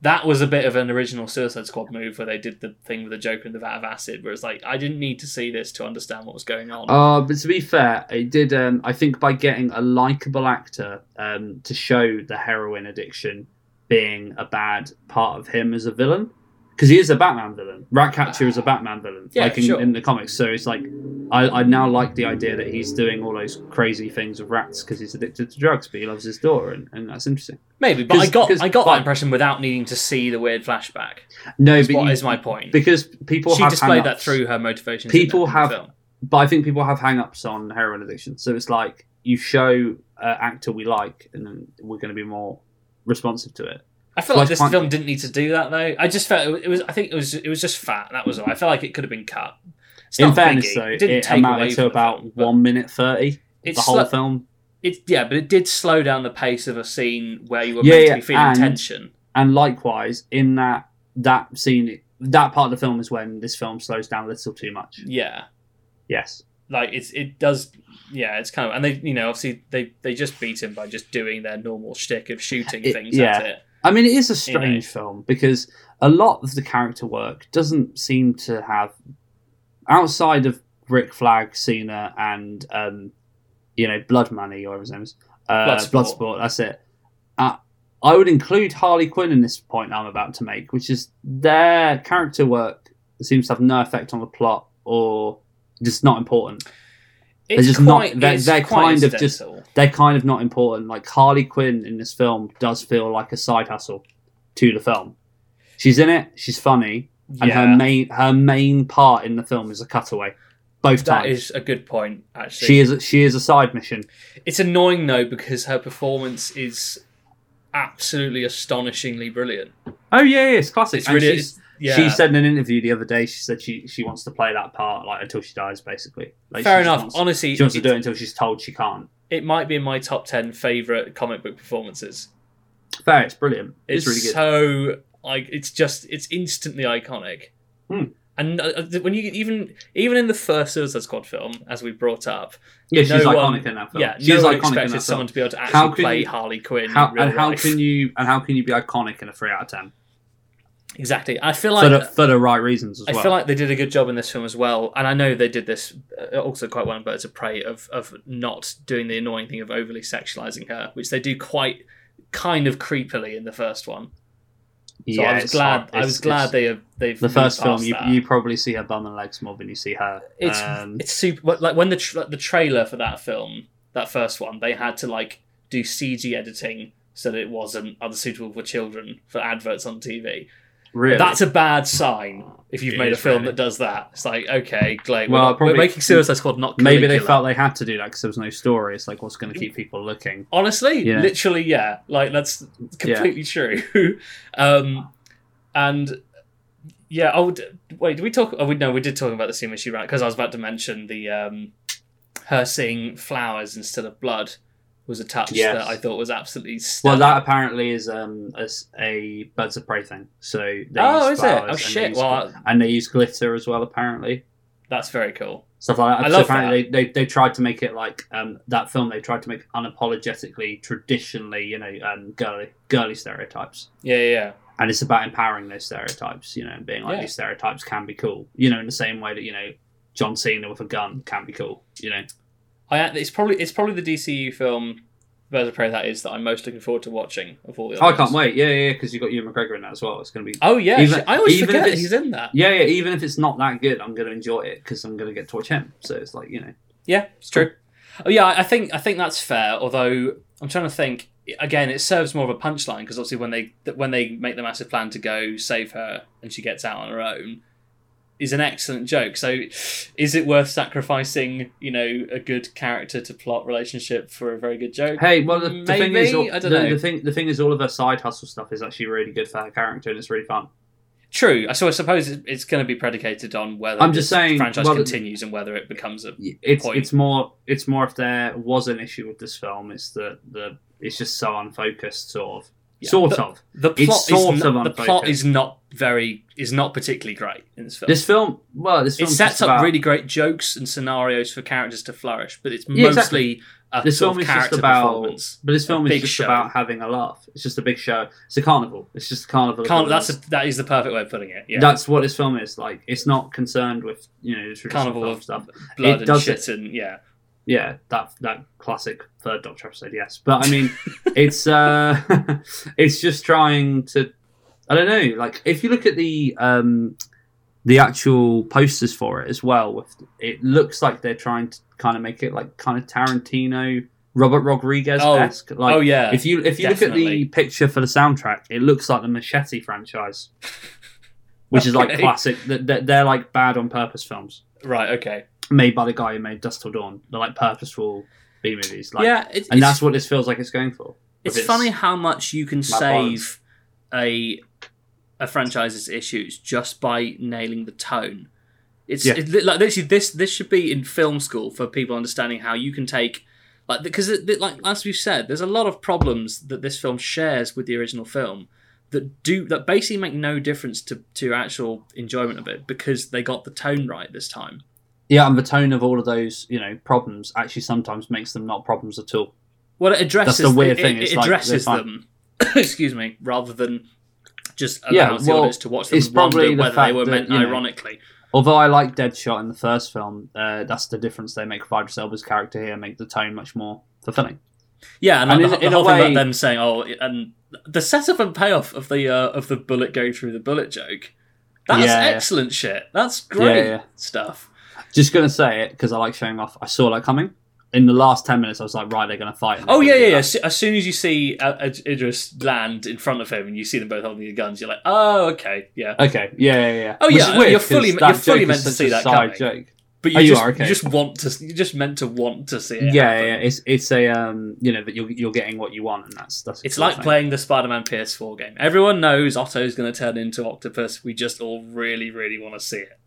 Speaker 8: That was a bit of an original Suicide Squad move where they did the thing with the Joker and the vat of acid, where it's like I didn't need to see this to understand what was going on.
Speaker 7: Uh, but to be fair, it did. Um, I think by getting a likable actor um, to show the heroin addiction being a bad part of him as a villain, because he is a Batman villain. Ratcatcher is a Batman villain,
Speaker 8: Yeah,
Speaker 7: like in,
Speaker 8: sure.
Speaker 7: in the comics. So it's like I, I now like the idea that he's doing all those crazy things with rats because he's addicted to drugs, but he loves his daughter, and, and that's interesting.
Speaker 8: Maybe, but I
Speaker 7: 'cause-
Speaker 8: got
Speaker 7: 'cause-
Speaker 8: I got
Speaker 7: but-
Speaker 8: that impression without needing to see the weird flashback.
Speaker 7: No,
Speaker 8: Is
Speaker 7: but
Speaker 8: what
Speaker 7: you-
Speaker 8: is my point?
Speaker 7: because people
Speaker 8: she
Speaker 7: have
Speaker 8: displayed that
Speaker 7: hang-ups.
Speaker 8: through her motivation.
Speaker 7: People have- but I think people have hang-ups on heroin addiction. So it's like you show an actor we like, and then we're going to be more responsive to it.
Speaker 8: I feel like
Speaker 7: Like,
Speaker 8: this
Speaker 7: fine-
Speaker 8: film didn't need to do that though. I just felt it was- it was. I think it was. It was just fat. That was all. I felt like it could have been cut. It's
Speaker 7: In
Speaker 8: not a
Speaker 7: fairness,
Speaker 8: biggie.
Speaker 7: though,
Speaker 8: it
Speaker 7: it,
Speaker 8: didn't take away
Speaker 7: amounted
Speaker 8: from
Speaker 7: to
Speaker 8: the
Speaker 7: about
Speaker 8: film, but
Speaker 7: one minute thirty.
Speaker 8: It's
Speaker 7: the whole
Speaker 8: sli-
Speaker 7: film,
Speaker 8: It, yeah, but it did slow down the pace of a scene where you were
Speaker 7: Yeah,
Speaker 8: meant
Speaker 7: yeah,
Speaker 8: to be feeling
Speaker 7: and-
Speaker 8: tension.
Speaker 7: and likewise in that that scene, that part of the film is when this film slows down a little too much.
Speaker 8: Yeah,
Speaker 7: Yes,
Speaker 8: like it's it does. Yeah, it's kind of and they you know obviously they they just beat him by just doing their normal shtick of shooting
Speaker 7: It-
Speaker 8: things
Speaker 7: yeah.
Speaker 8: at it.
Speaker 7: I mean it is a
Speaker 8: You know.
Speaker 7: strange film because a lot of the character work doesn't seem to have outside of Rick Flag, Cena, and um, you know Blood Money or whatever his name is, uh,
Speaker 8: Bloodsport.
Speaker 7: Bloodsport. That's it. Uh, I would include Harley Quinn in this point I'm about to make, which is their character work seems to have no effect on the plot or just not important.
Speaker 8: It's
Speaker 7: just
Speaker 8: quite,
Speaker 7: not- they're-
Speaker 8: it's
Speaker 7: they're
Speaker 8: quite
Speaker 7: kind of just-
Speaker 8: incidental.
Speaker 7: They're kind of not important. Like Harley Quinn in this film does feel like a side hustle to the film. She's in it, she's funny, and
Speaker 8: Yeah.
Speaker 7: her main her main part in the film is a cutaway. Both
Speaker 8: That
Speaker 7: times.
Speaker 8: is a good point, actually.
Speaker 7: she is she is a side mission.
Speaker 8: It's annoying though because her performance is absolutely astonishingly brilliant.
Speaker 7: Oh yeah, yeah, it's classic.
Speaker 8: It's
Speaker 7: And
Speaker 8: really-
Speaker 7: she's-
Speaker 8: yeah.
Speaker 7: She said in an interview the other day. She said she she wants to play that part like until she dies, basically. Like,
Speaker 8: Fair
Speaker 7: she just
Speaker 8: enough.
Speaker 7: wants-
Speaker 8: Honestly,
Speaker 7: she wants to
Speaker 8: it-
Speaker 7: do it until she's told she can't.
Speaker 8: It might be in my top ten favorite comic book performances.
Speaker 7: Fair, it's brilliant. It's,
Speaker 8: It's,
Speaker 7: really good.
Speaker 8: so like it's just it's instantly iconic.
Speaker 7: Hmm.
Speaker 8: And uh, uh, when you even even in the first Suicide Squad film, as we brought up,
Speaker 7: yeah, she's
Speaker 8: no
Speaker 7: iconic
Speaker 8: one-
Speaker 7: in that film.
Speaker 8: Yeah,
Speaker 7: she's
Speaker 8: no one
Speaker 7: iconic in that
Speaker 8: expected
Speaker 7: film.
Speaker 8: someone to be able to
Speaker 7: How
Speaker 8: actually
Speaker 7: can
Speaker 8: play
Speaker 7: you-
Speaker 8: Harley Quinn.
Speaker 7: How,
Speaker 8: in real
Speaker 7: and how
Speaker 8: life.
Speaker 7: can you and how can you be iconic in a three out of ten
Speaker 8: exactly? I feel like
Speaker 7: for the, for the right reasons as
Speaker 8: I
Speaker 7: well?
Speaker 8: feel like they did a good job in this film as well, and I know they did this uh, also quite well in Birds of Prey of of not doing the annoying thing of overly sexualizing her, which they do quite kind of creepily in the first one. So I was
Speaker 7: it's
Speaker 8: glad
Speaker 7: hard.
Speaker 8: I
Speaker 7: It's-
Speaker 8: was glad
Speaker 7: it's-
Speaker 8: they have they've
Speaker 7: the
Speaker 8: moved
Speaker 7: first film
Speaker 8: past
Speaker 7: you,
Speaker 8: that.
Speaker 7: you probably see her bum and legs more than you see her.
Speaker 8: it's
Speaker 7: um,
Speaker 8: it's super but, like when the tra- the trailer for that film that first one they had to like do CG editing so that it wasn't unsuitable for children for adverts on TV.
Speaker 7: really
Speaker 8: That's a bad sign if you've
Speaker 7: It
Speaker 8: made a
Speaker 7: is,
Speaker 8: film
Speaker 7: really.
Speaker 8: that does that. It's like, okay, great.
Speaker 7: Well,
Speaker 8: we're, not- we're
Speaker 7: probably-
Speaker 8: making Suicide Squad not
Speaker 7: maybe they
Speaker 8: Caligula.
Speaker 7: felt they had to do that because there was no story. It's like what's going to keep people looking.
Speaker 8: Honestly,
Speaker 7: Yeah.
Speaker 8: literally, yeah. Like, that's completely true. um, and yeah, I would. Wait, did we talk? Oh, we, no, we did talk about the scene where she ran because I was about to mention the um, her seeing flowers instead of blood was a touch
Speaker 7: Yes.
Speaker 8: that I thought was absolutely
Speaker 7: Well,
Speaker 8: stunning.
Speaker 7: that apparently is um as a birds of prey thing. So they
Speaker 8: Oh,
Speaker 7: use
Speaker 8: is it?
Speaker 7: flowers
Speaker 8: Oh,
Speaker 7: and they
Speaker 8: shit.
Speaker 7: use
Speaker 8: Well,
Speaker 7: gl- and they use glitter as well, apparently.
Speaker 8: that's very cool.
Speaker 7: Stuff like that.
Speaker 8: I
Speaker 7: so
Speaker 8: love
Speaker 7: apparently They, they they tried to make it like um that film. They tried to make unapologetically traditionally, you know, um girly girly stereotypes.
Speaker 8: Yeah, yeah, yeah.
Speaker 7: And it's about empowering those stereotypes, you know, and being like
Speaker 8: Yeah.
Speaker 7: these stereotypes can be cool, you know, in the same way that you know John Cena with a gun can be cool, you know.
Speaker 8: I it's probably it's probably the DCU film Birds of Prey that is that I'm most looking forward to watching of all the.
Speaker 7: Oh, I
Speaker 8: others.
Speaker 7: can't wait. Yeah, yeah, because you've got Ewan McGregor in that as well. It's going to be.
Speaker 8: Oh yeah,
Speaker 7: Even-
Speaker 8: shit, I always
Speaker 7: even if
Speaker 8: forget
Speaker 7: it's-
Speaker 8: he's in that.
Speaker 7: Yeah, yeah. Even if it's not that good, I'm going to enjoy it because I'm going to get to watch him. So it's like you know.
Speaker 8: Yeah, it's true. Oh, yeah, I I think I think that's fair. Although I'm trying to think again, it serves more of a punchline because obviously when they th- when they make the massive plan to go save her and she gets out on her own is an excellent joke. So is it worth sacrificing, you know, a good character to plot relationship for a very good joke?
Speaker 7: Hey, well the, the thing is,
Speaker 8: Maybe? I
Speaker 7: the,
Speaker 8: don't know.
Speaker 7: the thing the thing is, all of her side hustle stuff is actually really good for her character, and it's really fun.
Speaker 8: True. So I suppose it- it's going to be predicated on whether
Speaker 7: I'm just
Speaker 8: this
Speaker 7: saying,
Speaker 8: franchise
Speaker 7: well,
Speaker 8: continues and whether it becomes a
Speaker 7: It's
Speaker 8: Point.
Speaker 7: it's more it's more if there was an issue with this film, it's that the it's just so unfocused, sort of,
Speaker 8: Yeah.
Speaker 7: sort
Speaker 8: But-
Speaker 7: of.
Speaker 8: the
Speaker 7: It's
Speaker 8: plot
Speaker 7: sort
Speaker 8: is
Speaker 7: of
Speaker 8: not, the plot
Speaker 7: unfocused.
Speaker 8: is not very is not particularly great in this film.
Speaker 7: This film, well, this
Speaker 8: it
Speaker 7: film
Speaker 8: sets up really great jokes and scenarios for characters to flourish, but it's
Speaker 7: Yeah,
Speaker 8: mostly
Speaker 7: exactly.
Speaker 8: a
Speaker 7: This
Speaker 8: sort
Speaker 7: film
Speaker 8: of
Speaker 7: is just
Speaker 8: character
Speaker 7: about,
Speaker 8: performance.
Speaker 7: but this film
Speaker 8: a
Speaker 7: is
Speaker 8: big
Speaker 7: just
Speaker 8: show.
Speaker 7: about having a laugh. It's just a big show. It's a carnival. It's just a carnival. of
Speaker 8: Can't, that's
Speaker 7: villains.
Speaker 8: a, that is the perfect way of putting it. Yeah,
Speaker 7: That's what this film is like. It's not concerned with you know the traditional
Speaker 8: carnival
Speaker 7: film
Speaker 8: of
Speaker 7: stuff. It
Speaker 8: blood and
Speaker 7: does
Speaker 8: shit and yeah.
Speaker 7: Yeah, that that classic third Doctor episode. Yes, but I mean, it's uh, it's just trying to. I don't know. Like if you look at the um, the actual posters for it as well, with it looks like they're trying to kind of make it like kind of Tarantino, Robert Rodriguez esque. like
Speaker 8: oh, yeah,
Speaker 7: If you if you look at
Speaker 8: definitely.
Speaker 7: the picture for the soundtrack, it looks like the Machete franchise, which is like
Speaker 8: Okay.
Speaker 7: classic. th- th- They're like bad on purpose films
Speaker 8: Right. Okay.
Speaker 7: made by the guy who made Dust Till Dawn. They're like purposeful B movies. Like,
Speaker 8: yeah. It,
Speaker 7: and
Speaker 8: it's,
Speaker 7: that's what this feels like it's going for.
Speaker 8: it's,
Speaker 7: If
Speaker 8: funny how much you can
Speaker 7: violence.
Speaker 8: save a a franchise's issues just by nailing the tone. It's
Speaker 7: Yeah.
Speaker 8: it, li- like literally this this should be in film school for people understanding how you can take like because it, it- like as we've said, there's a lot of problems that this film shares with the original film that do that basically make no difference to to actual enjoyment of it because they got the tone right this time.
Speaker 7: Yeah, and the tone of all of those, you know, problems actually sometimes makes them not problems at all.
Speaker 8: Well, it addresses
Speaker 7: That's the weird
Speaker 8: it-
Speaker 7: thing,
Speaker 8: It,
Speaker 7: it's
Speaker 8: it
Speaker 7: like,
Speaker 8: addresses
Speaker 7: they're
Speaker 8: them. Excuse me, rather than just allows
Speaker 7: Yeah,
Speaker 8: the
Speaker 7: well,
Speaker 8: audience to watch them
Speaker 7: it's
Speaker 8: it's
Speaker 7: probably the
Speaker 8: whether they
Speaker 7: fact
Speaker 8: were
Speaker 7: that,
Speaker 8: meant
Speaker 7: you know-
Speaker 8: ironically.
Speaker 7: Although I like Deadshot in the first film, uh, that's the difference they make Idris Elba's character here, make the tone much more fulfilling.
Speaker 8: Yeah, and,
Speaker 7: And
Speaker 8: like,
Speaker 7: in-
Speaker 8: the, the
Speaker 7: in a
Speaker 8: whole thing
Speaker 7: way-
Speaker 8: about them saying, "Oh, and the setup and payoff of the uh, of the bullet going through the bullet joke. That's
Speaker 7: Yeah, yeah.
Speaker 8: excellent shit. That's great
Speaker 7: yeah.
Speaker 8: stuff.
Speaker 7: Just gonna say it because I like showing off. I saw that coming. In the last ten minutes, I was like, right, they're gonna fight.
Speaker 8: Oh yeah, yeah, yeah. As- As soon as you see uh, Id- Idris land in front of him and you see them both holding their guns, you're like, oh okay, yeah.
Speaker 7: Okay, yeah, yeah, yeah.
Speaker 8: Oh,
Speaker 7: Which
Speaker 8: yeah,
Speaker 7: is weird,
Speaker 8: you're fully-
Speaker 7: 'cause that
Speaker 8: you're fully
Speaker 7: joke is
Speaker 8: meant to
Speaker 7: such
Speaker 8: see
Speaker 7: a
Speaker 8: that
Speaker 7: side
Speaker 8: coming.
Speaker 7: joke.
Speaker 8: But you,
Speaker 7: Oh, you
Speaker 8: just,
Speaker 7: are, okay.
Speaker 8: you just want to. You're just meant to want to see it.
Speaker 7: Yeah,
Speaker 8: happen.
Speaker 7: yeah, it's it's a um, you know, that you're you're getting what you want, and that's that's. a
Speaker 8: It's
Speaker 7: cool
Speaker 8: like
Speaker 7: thing.
Speaker 8: playing the Spider-Man PS4 game. Everyone knows Otto's going to turn into Octopus. We just all really, really want to see it.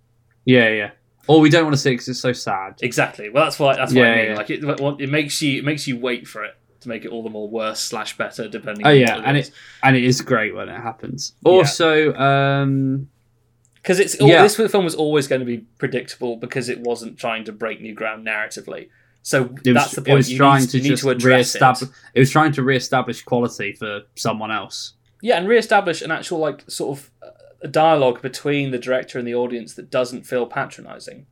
Speaker 7: Yeah, yeah. Or we don't want to see because it's so sad.
Speaker 8: Exactly. Well, that's why. That's what I
Speaker 7: Yeah,
Speaker 8: mean.
Speaker 7: yeah.
Speaker 8: Like it, it makes you, it makes you wait for it to make it all the more worse slash better, depending.
Speaker 7: Oh yeah,
Speaker 8: on
Speaker 7: and it and it is great when it happens. Also, um,
Speaker 8: because it's all,
Speaker 7: yeah.
Speaker 8: this film was always going to be predictable because it wasn't trying to break new ground narratively. So
Speaker 7: it was,
Speaker 8: that's the point.
Speaker 7: it was
Speaker 8: you
Speaker 7: trying
Speaker 8: need,
Speaker 7: to
Speaker 8: you need
Speaker 7: just
Speaker 8: to address it.
Speaker 7: reestablish. It. was trying to reestablish quality for someone else.
Speaker 8: Yeah, and reestablish an actual like sort of uh, a dialogue between the director and the audience that doesn't feel patronizing.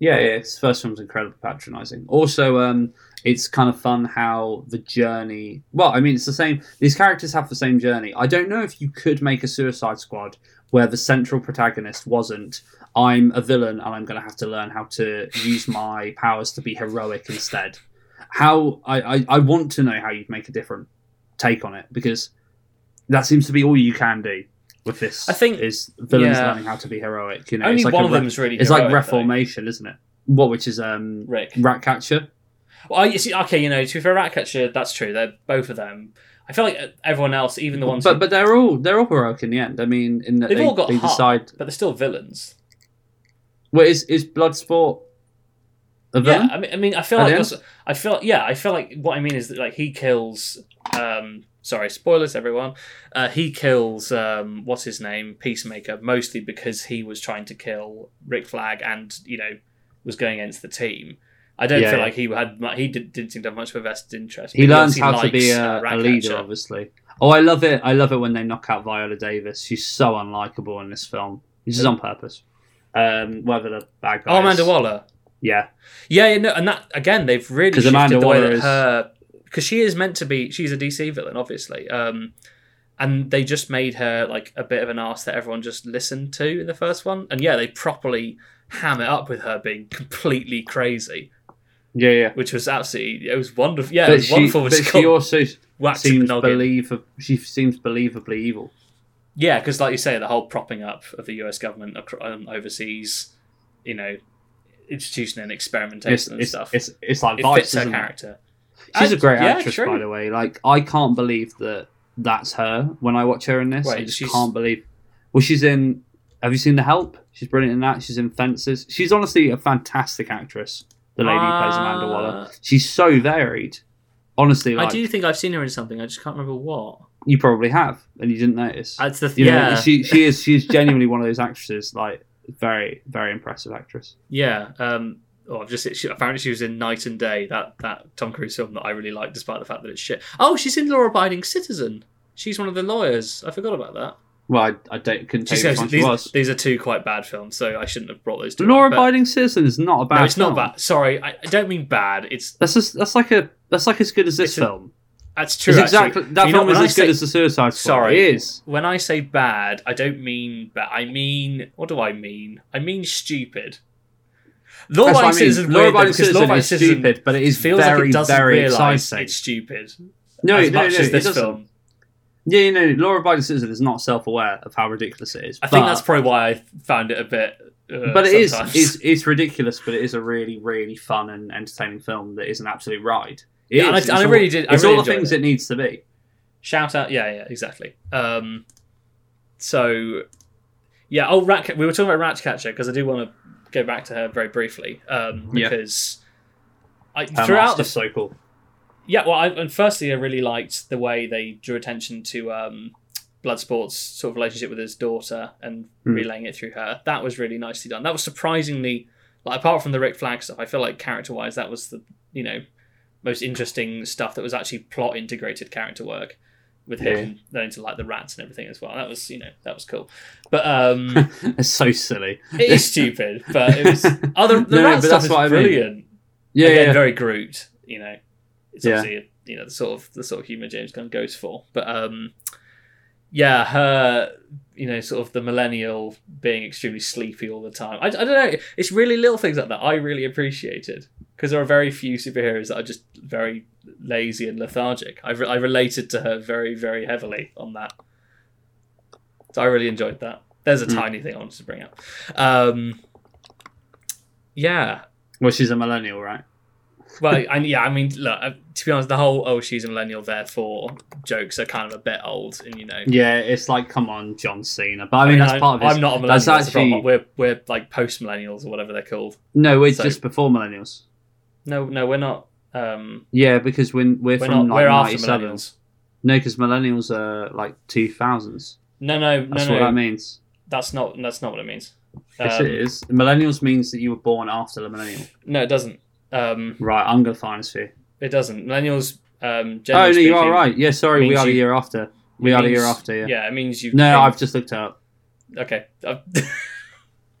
Speaker 7: Yeah, yeah. This first film's incredibly patronising. Also, um, it's kind of fun how the journey. Well, I mean, it's the same. These characters have the same journey. I don't know if you could make a Suicide Squad where the central protagonist wasn't. I'm a villain, and I'm going to have to learn how to use my powers to be heroic instead. How I, I, I want to know how you'd make a different take on it because that seems to be all you can do with this.
Speaker 8: I think-
Speaker 7: is villains
Speaker 8: yeah.
Speaker 7: learning how to be heroic. You know,
Speaker 8: Only
Speaker 7: it's like
Speaker 8: one
Speaker 7: a
Speaker 8: of
Speaker 7: re-
Speaker 8: them is really
Speaker 7: It's like
Speaker 8: heroic, though.
Speaker 7: reformation, isn't it? What, which is um,
Speaker 8: Rick.
Speaker 7: Ratcatcher?
Speaker 8: Well, I, you see, okay, you know, to be fair, Ratcatcher, that's true. They're both of them. I feel like uh, everyone else, even the ones,
Speaker 7: But
Speaker 8: who,
Speaker 7: but they're all they're all heroic in the end. I mean, in that
Speaker 8: they've
Speaker 7: they,
Speaker 8: all got
Speaker 7: they
Speaker 8: heart,
Speaker 7: decide.
Speaker 8: but they're still villains.
Speaker 7: Well, is is Bloodsport a villain?
Speaker 8: Yeah, I mean, I mean, I feel
Speaker 7: At
Speaker 8: like
Speaker 7: the end?
Speaker 8: that's- I feel, yeah, I feel like what I mean is that like he kills. um Sorry, spoilers, everyone. Uh, he kills um, what's his name, Peacemaker, mostly because he was trying to kill Rick Flag, and you know was going against the team. I don't
Speaker 7: Yeah,
Speaker 8: feel
Speaker 7: yeah.
Speaker 8: like he had. mu- He did, didn't seem to have much of a vested interest.
Speaker 7: he
Speaker 8: but
Speaker 7: learns
Speaker 8: obviously
Speaker 7: how to be
Speaker 8: likes,
Speaker 7: a, a
Speaker 8: uh,
Speaker 7: leader,
Speaker 8: Ratcatcher.
Speaker 7: obviously. Oh, I love it! I love it when they knock out Viola Davis. She's so unlikable in this film. This is on purpose. Um, whether the bad guy.
Speaker 8: Oh,
Speaker 7: is-
Speaker 8: Amanda Waller.
Speaker 7: Yeah,
Speaker 8: Yeah, yeah, no, and that again, they've really
Speaker 7: 'Cause
Speaker 8: shifted
Speaker 7: Amanda
Speaker 8: the way
Speaker 7: Waller
Speaker 8: that
Speaker 7: is-
Speaker 8: her because she is meant to be she's a DC villain, obviously, um, and they just made her like a bit of an ass that everyone just listened to in the first one, and yeah, they properly ham it up with her being completely crazy,
Speaker 7: yeah, yeah.
Speaker 8: which was absolutely it was wonderful. Yeah, it
Speaker 7: But
Speaker 8: was
Speaker 7: she,
Speaker 8: wonderful. when
Speaker 7: but
Speaker 8: she
Speaker 7: she
Speaker 8: got
Speaker 7: also
Speaker 8: whacked in the
Speaker 7: seems
Speaker 8: noggin.
Speaker 7: believe she seems believably evil.
Speaker 8: Yeah, because like you say, the whole propping up of the US government acro- um, overseas, you know, institution and experimentation
Speaker 7: It's,
Speaker 8: and
Speaker 7: it's,
Speaker 8: stuff.
Speaker 7: it's, it's like
Speaker 8: it
Speaker 7: Vice,
Speaker 8: fits her
Speaker 7: isn't it?
Speaker 8: character.
Speaker 7: She's a
Speaker 8: And-
Speaker 7: great
Speaker 8: yeah,
Speaker 7: actress,
Speaker 8: true.
Speaker 7: by the way. Like, I can't believe that that's her when I watch her in this. I
Speaker 8: Wait,
Speaker 7: just
Speaker 8: she's-
Speaker 7: can't believe. Well, she's in. Have you seen The Help? She's brilliant in that. She's in Fences. She's honestly a fantastic actress. The lady who plays Amanda
Speaker 8: Ah.
Speaker 7: Waller. She's so varied. Honestly, like
Speaker 8: I do think I've seen her in something. I just can't remember what.
Speaker 7: you probably have, and you didn't notice.
Speaker 8: That's the
Speaker 7: You know,
Speaker 8: yeah,
Speaker 7: she she is she's genuinely one of those actresses. Like, very very impressive actress.
Speaker 8: yeah. Um, oh, I've just she, apparently she was in Night and Day, that that Tom Cruise film that I really like, despite the fact that it's shit. Oh, she's in Law Abiding Citizen. She's one of the lawyers. I forgot about that.
Speaker 7: Well, I, I don't couldn't
Speaker 8: She
Speaker 7: tell you which
Speaker 8: says
Speaker 7: one she
Speaker 8: these,
Speaker 7: was.
Speaker 8: these are two quite bad films, so I shouldn't have brought those two.
Speaker 7: Law
Speaker 8: up, but-
Speaker 7: Abiding Citizen is not a bad.
Speaker 8: No, it's not
Speaker 7: film.
Speaker 8: bad. Sorry, I, I don't mean bad. It's
Speaker 7: That's just, that's like a that's like as good as this
Speaker 8: It's a-
Speaker 7: film.
Speaker 8: that's true.
Speaker 7: it's
Speaker 8: actually.
Speaker 7: exactly that
Speaker 8: You know,
Speaker 7: film
Speaker 8: when
Speaker 7: is
Speaker 8: I
Speaker 7: as good
Speaker 8: say-
Speaker 7: as the Suicide Squad.
Speaker 8: Sorry,
Speaker 7: it is.
Speaker 8: When I say bad, I don't mean bad. I mean, what do I mean? I mean stupid.
Speaker 7: That's what
Speaker 8: Law
Speaker 7: I
Speaker 8: Abiding
Speaker 7: mean.
Speaker 8: Citizen,
Speaker 7: Law
Speaker 8: weird,
Speaker 7: Abiding
Speaker 8: though, because Law
Speaker 7: Citizen
Speaker 8: Abiding
Speaker 7: is
Speaker 8: Citizen
Speaker 7: stupid, but it is
Speaker 8: feels like
Speaker 7: very
Speaker 8: it doesn't
Speaker 7: very
Speaker 8: realise
Speaker 7: exciting.
Speaker 8: it's stupid.
Speaker 7: No,
Speaker 8: as
Speaker 7: no,
Speaker 8: much
Speaker 7: no,
Speaker 8: as
Speaker 7: it
Speaker 8: this
Speaker 7: doesn't.
Speaker 8: film,
Speaker 7: Yeah, you know, Law Abiding Citizen is not self-aware of how ridiculous it is.
Speaker 8: I think
Speaker 7: but-
Speaker 8: that's probably why I found it a bit. Uh,
Speaker 7: But it is
Speaker 8: sometimes.
Speaker 7: it's, it's ridiculous, but it is a really really fun and entertaining film that is an absolute ride. It
Speaker 8: Yeah, and I-
Speaker 7: is.
Speaker 8: and I
Speaker 7: It's all-
Speaker 8: really did- I
Speaker 7: it's
Speaker 8: really
Speaker 7: all the
Speaker 8: enjoyed
Speaker 7: things
Speaker 8: it.
Speaker 7: it. needs to be.
Speaker 8: Shout out, yeah, yeah, exactly. Um, so, yeah. Oh, rat. We were talking about Ratcatcher because I do want to go back to her very briefly um,
Speaker 7: Yeah.
Speaker 8: because I,
Speaker 7: Um, that's
Speaker 8: throughout the
Speaker 7: just so cool.
Speaker 8: yeah, well, I, and firstly, I really liked the way they drew attention to um, Bloodsport's sort of relationship with his daughter and
Speaker 7: Hmm.
Speaker 8: relaying it through her. That was really nicely done. That was surprisingly, like, apart from the Rick Flag stuff, I feel like character-wise, that was the you know most interesting stuff that was actually plot-integrated character work with him learning to like the rats and everything as well. That was you know that was cool, but um,
Speaker 7: It's so silly.
Speaker 8: it is stupid. But it was other the
Speaker 7: No, no,
Speaker 8: rat
Speaker 7: but
Speaker 8: stuff
Speaker 7: that's
Speaker 8: is
Speaker 7: what I mean.
Speaker 8: brilliant
Speaker 7: Yeah,
Speaker 8: again,
Speaker 7: yeah.
Speaker 8: very grouped. You know, it's
Speaker 7: Yeah.
Speaker 8: obviously you know the sort of the sort of humor James Gunn goes for. But um, yeah, her you know sort of the millennial being extremely sleepy all the time. I, I don't know. It's really little things like that I really appreciated because there are very few superheroes that are just very lazy and lethargic. I re- I related to her very very heavily on that. So I really enjoyed that. There's
Speaker 7: Hmm.
Speaker 8: a tiny thing I wanted to bring up. Um, yeah,
Speaker 7: Well, she's a millennial, right?
Speaker 8: well, and yeah, I mean, look, uh, to be honest, the whole "oh, she's a millennial, therefore" jokes are kind of a bit old, and you know,
Speaker 7: Yeah, it's like, come on, John Cena. But I mean, that's part of his,
Speaker 8: I'm not a millennial.
Speaker 7: That's
Speaker 8: that's the problem.
Speaker 7: actually
Speaker 8: we're we're like post millennials or whatever they're called.
Speaker 7: no, we're
Speaker 8: so-
Speaker 7: just before millennials.
Speaker 8: No, no, we're not. Um,
Speaker 7: Yeah, because when we're,
Speaker 8: we're
Speaker 7: from
Speaker 8: not.
Speaker 7: like
Speaker 8: We're after
Speaker 7: 97.
Speaker 8: millennials.
Speaker 7: No, because millennials are like two thousands.
Speaker 8: No, no, no,
Speaker 7: That's
Speaker 8: no.
Speaker 7: what that means.
Speaker 8: That's not. That's not what it means.
Speaker 7: Yes,
Speaker 8: Um,
Speaker 7: it is. Millennials means that you were born after the millennial.
Speaker 8: No, it doesn't. Um,
Speaker 7: Right, I'm gonna find this for you.
Speaker 8: it doesn't. Millennials. Um,
Speaker 7: Oh
Speaker 8: generally
Speaker 7: no, you are
Speaker 8: speaking,
Speaker 7: right. Yeah, sorry, we
Speaker 8: means
Speaker 7: are the
Speaker 8: you-
Speaker 7: year after. We are the year
Speaker 8: means-
Speaker 7: after. Yeah.
Speaker 8: Yeah, it means you.
Speaker 7: No, I've just looked it up.
Speaker 8: okay. I've...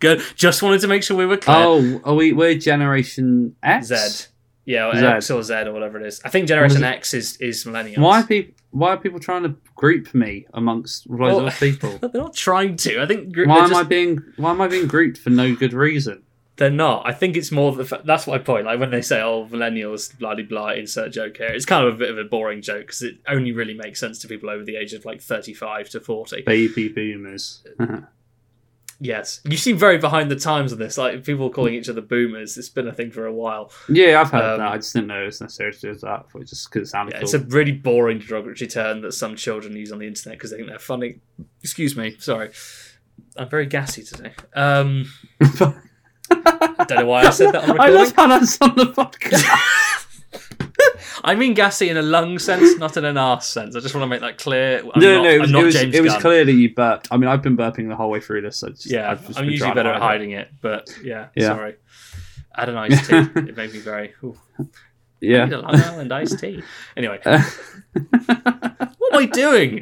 Speaker 8: Good. Just wanted to make sure we were clear.
Speaker 7: Oh, are we? We're Generation X.
Speaker 8: Z. Yeah, or
Speaker 7: Z.
Speaker 8: X or Z or whatever it is. I think Generation
Speaker 7: What
Speaker 8: X is is millennials.
Speaker 7: Why are people? Why are people trying to group me amongst loads
Speaker 8: Well,
Speaker 7: of people?
Speaker 8: They're not trying to. I think gr-
Speaker 7: Why
Speaker 8: Oh. they're,
Speaker 7: am I
Speaker 8: just,
Speaker 7: being? Why am I being grouped for no good reason?
Speaker 8: they're not. I think it's more the fa- that's my point. Like when they say, "Oh, millennials, blah de blah," insert joke here. It's kind of a bit of a boring joke because it only really makes sense to people over the age of like thirty-five to forty.
Speaker 7: Baby boomers.
Speaker 8: Yes, you seem very behind the times on this. Like people calling each other boomers. It's been a thing for a while.
Speaker 7: yeah, I've heard
Speaker 8: Um,
Speaker 7: that. I just didn't know it was necessary to do that. For just because it sounded
Speaker 8: Yeah,
Speaker 7: cool.
Speaker 8: it's a really boring derogatory term that some children use on the internet because they think they're funny. Excuse me, sorry. I'm very gassy today. Um, don't know why I said that on
Speaker 7: I
Speaker 8: recording. I,
Speaker 7: love how that's on the podcast.
Speaker 8: mean gassy in a lung sense, not in an arse sense. I just want to make that clear. I'm
Speaker 7: no,
Speaker 8: not,
Speaker 7: no, it was,
Speaker 8: I'm not
Speaker 7: it was,
Speaker 8: James
Speaker 7: it was
Speaker 8: Gunn.
Speaker 7: clearly you burped. I mean, I've been burping the whole way through this. So it's just,
Speaker 8: Yeah,
Speaker 7: I've just
Speaker 8: I'm
Speaker 7: been
Speaker 8: usually
Speaker 7: trying to
Speaker 8: better at
Speaker 7: hide it.
Speaker 8: hiding it, but yeah,
Speaker 7: Yeah.
Speaker 8: sorry. I don't iced tea. it made me very. Ooh, I need a Long
Speaker 7: Yeah.
Speaker 8: Island iced tea. Anyway, what am I doing?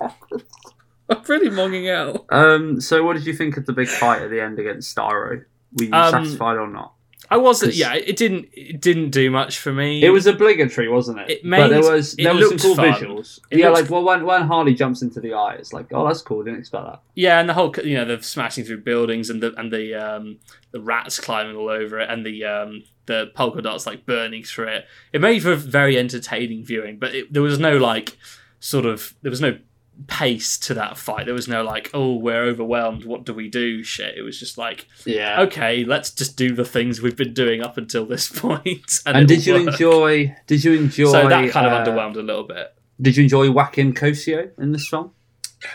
Speaker 8: I'm really monging out.
Speaker 7: um, so, what did you think of the big fight at the end against Starro? Were you
Speaker 8: Um,
Speaker 7: satisfied or not?
Speaker 8: I wasn't.
Speaker 7: 'Cause-
Speaker 8: Yeah, it didn't. It didn't do much for me.
Speaker 7: It was obligatory, wasn't it?
Speaker 8: It
Speaker 7: but
Speaker 8: made-
Speaker 7: there was
Speaker 8: it
Speaker 7: there was some
Speaker 8: looked
Speaker 7: cool
Speaker 8: fun.
Speaker 7: visuals.
Speaker 8: It
Speaker 7: yeah,
Speaker 8: looked-
Speaker 7: like well, when when Harley jumps into the eye, it's like, oh, that's cool. Didn't expect that.
Speaker 8: Yeah, and the whole you know the smashing through buildings and the and the um the rats climbing all over it and the um the polka dots like burning through it. It made for very entertaining viewing, but it, there was no like sort of there was no pace to that fight. There was no like oh we're overwhelmed. What do we do? Shit. It was just like
Speaker 7: Yeah.
Speaker 8: okay, let's just do the things we've been doing up until this point. And,
Speaker 7: And
Speaker 8: it'll
Speaker 7: did you
Speaker 8: work.
Speaker 7: enjoy? Did you enjoy?
Speaker 8: So that kind of
Speaker 7: uh,
Speaker 8: underwhelmed a little bit.
Speaker 7: Did you enjoy Joaquin Cosio in this film?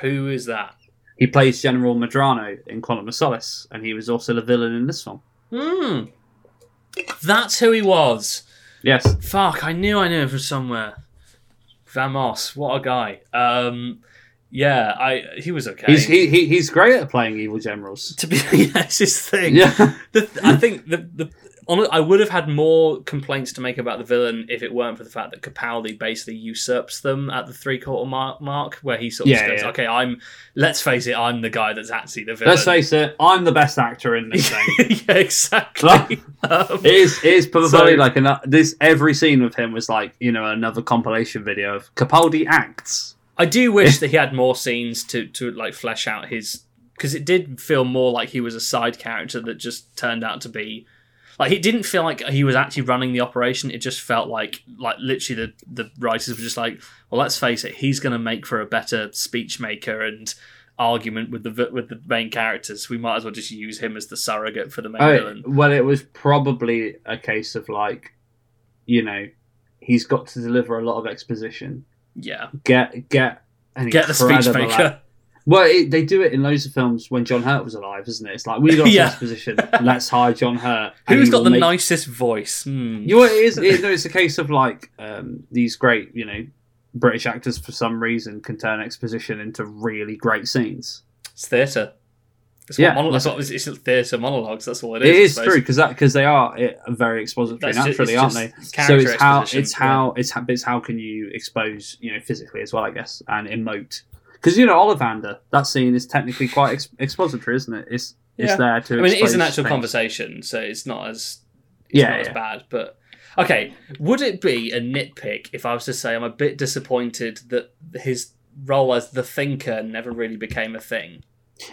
Speaker 8: Who is that?
Speaker 7: He plays General Madrano in Quantum of Solace, and he was also the villain in this film.
Speaker 8: Hmm. That's who he was.
Speaker 7: Yes.
Speaker 8: Fuck, I knew I knew him from somewhere. Vamos, what a guy. Um, yeah, I he was okay.
Speaker 7: He's he, he he's great at playing evil generals.
Speaker 8: to be yeah, it's his thing.
Speaker 7: Yeah.
Speaker 8: The, th- I think the the hon- I would have had more complaints to make about the villain if it weren't for the fact that Capaldi basically usurps them at the three quarter mark, mark where he sort of
Speaker 7: Yeah,
Speaker 8: just goes,
Speaker 7: yeah.
Speaker 8: "Okay, I'm. Let's face it, I'm the guy that's actually the villain."
Speaker 7: Let's face it, I'm the best actor in this thing.
Speaker 8: yeah, exactly.
Speaker 7: Like-
Speaker 8: Um,
Speaker 7: It is, it is probably
Speaker 8: So-
Speaker 7: like an, this. Every scene with him was like you know another compilation video of Capaldi acts.
Speaker 8: I do wish that he had more scenes to to like flesh out his because it did feel more like he was a side character that just turned out to be like it didn't feel like he was actually running the operation. It just felt like like literally the the writers were just like, well, let's face it, he's going to make for a better speech maker and argument with the vi- with the main characters. We might as well just use him as the surrogate for the
Speaker 7: Oh,
Speaker 8: main villain.
Speaker 7: well, it was probably a case of like, you know, he's got to deliver a lot of exposition.
Speaker 8: Yeah,
Speaker 7: Get get an
Speaker 8: get the
Speaker 7: incredible
Speaker 8: speech maker.
Speaker 7: act- Well, it, they do it in loads of films when John Hurt was alive, isn't it? It's like we got
Speaker 8: Yeah.
Speaker 7: this exposition. Let's hire John Hurt. and
Speaker 8: Who's
Speaker 7: he
Speaker 8: got
Speaker 7: will
Speaker 8: the
Speaker 7: make-
Speaker 8: nicest voice? Hmm.
Speaker 7: You know, it is. It, no, it's a case of like um, these great, you know, British actors for some reason can turn exposition into really great sces.
Speaker 8: It's theatre. It's
Speaker 7: Yeah.
Speaker 8: what monologue, that's what it's theatre monologues. That's all it
Speaker 7: It
Speaker 8: is. I
Speaker 7: is
Speaker 8: suppose.
Speaker 7: true because that because they are eh, very expository
Speaker 8: That's ju-
Speaker 7: naturally,
Speaker 8: it's
Speaker 7: aren't
Speaker 8: just
Speaker 7: they? So
Speaker 8: character
Speaker 7: it's how
Speaker 8: exposition,
Speaker 7: it's how it's how, it's how can you expose you know physically as well, I guess, and emote because you know Ollivander that scene is technically quite ex- expository, isn't it? It's it's
Speaker 8: Yeah.
Speaker 7: there to.
Speaker 8: I mean, it is
Speaker 7: expose
Speaker 8: an actual
Speaker 7: things.
Speaker 8: conversation, so it's not as it's
Speaker 7: Yeah,
Speaker 8: not as
Speaker 7: yeah.
Speaker 8: bad. But Okay, would it be a nitpick if I was to say I'm a bit disappointed that his role as the thinker never really became a thing?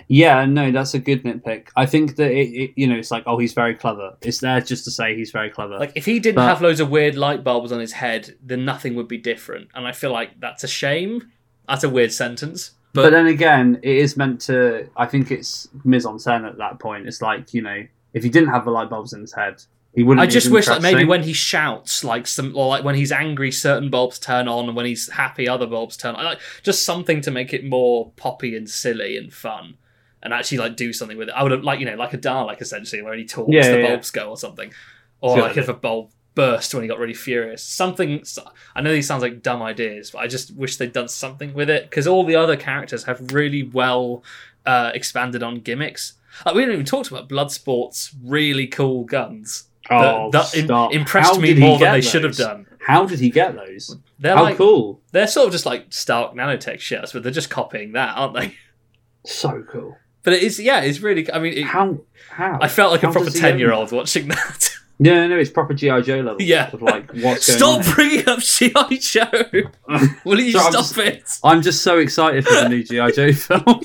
Speaker 7: Yeah, no, that's a good nitpick. I think that it, it you know, it's like, oh, he's very clever. It's there just to say he's very clever.
Speaker 8: Like, if he didn't
Speaker 7: But-
Speaker 8: have loads of weird light bulbs on his head, then nothing would be different. And I feel like that's a shame. That's a weird sentence.
Speaker 7: but, then again, it is meant to. I think it's mise en scène at that point. It's like you know, if he didn't have the light bulbs in his head, he wouldn't.
Speaker 8: I
Speaker 7: be
Speaker 8: just wish that maybe
Speaker 7: interesting.
Speaker 8: when he shouts, like some, or like when he's angry, certain bulbs turn on, and when he's happy, other bulbs turn on. Like just something to make it more poppy and silly and fun, and actually like do something with it. I would have like you know like a Dalek essentially, where he talks,
Speaker 7: Yeah,
Speaker 8: the
Speaker 7: yeah, yeah.
Speaker 8: bulbs go or something, or
Speaker 7: Good
Speaker 8: like if a bulb burst when he got really furious. Something. so- I know these sounds like dumb ideas, but I just wish they'd done something with it because all the other characters have really well uh, expanded on gimmicks. Like we haven't even talked about Bloodsport's really cool guns
Speaker 7: oh,
Speaker 8: that, that im-
Speaker 7: stop.
Speaker 8: impressed
Speaker 7: How
Speaker 8: me
Speaker 7: did he
Speaker 8: more than
Speaker 7: get
Speaker 8: they should have
Speaker 7: those?
Speaker 8: done.
Speaker 7: How did he get those?
Speaker 8: They're
Speaker 7: How
Speaker 8: like
Speaker 7: cool!
Speaker 8: they're sort of just like Stark nanotech shirts, but they're just copying that, aren't they?
Speaker 7: So cool.
Speaker 8: But it is yeah, it's really. I mean, it,
Speaker 7: How? How?
Speaker 8: I felt like
Speaker 7: how
Speaker 8: a proper
Speaker 7: does he own
Speaker 8: ten year old watching that.
Speaker 7: No, no, no, it's proper GI Joe level.
Speaker 8: Yeah.
Speaker 7: Of like what's going
Speaker 8: stop
Speaker 7: on.
Speaker 8: bringing up GI Joe. Will you
Speaker 7: So I'm
Speaker 8: stop
Speaker 7: just-
Speaker 8: it?
Speaker 7: I'm just so excited for the new GI Joe film.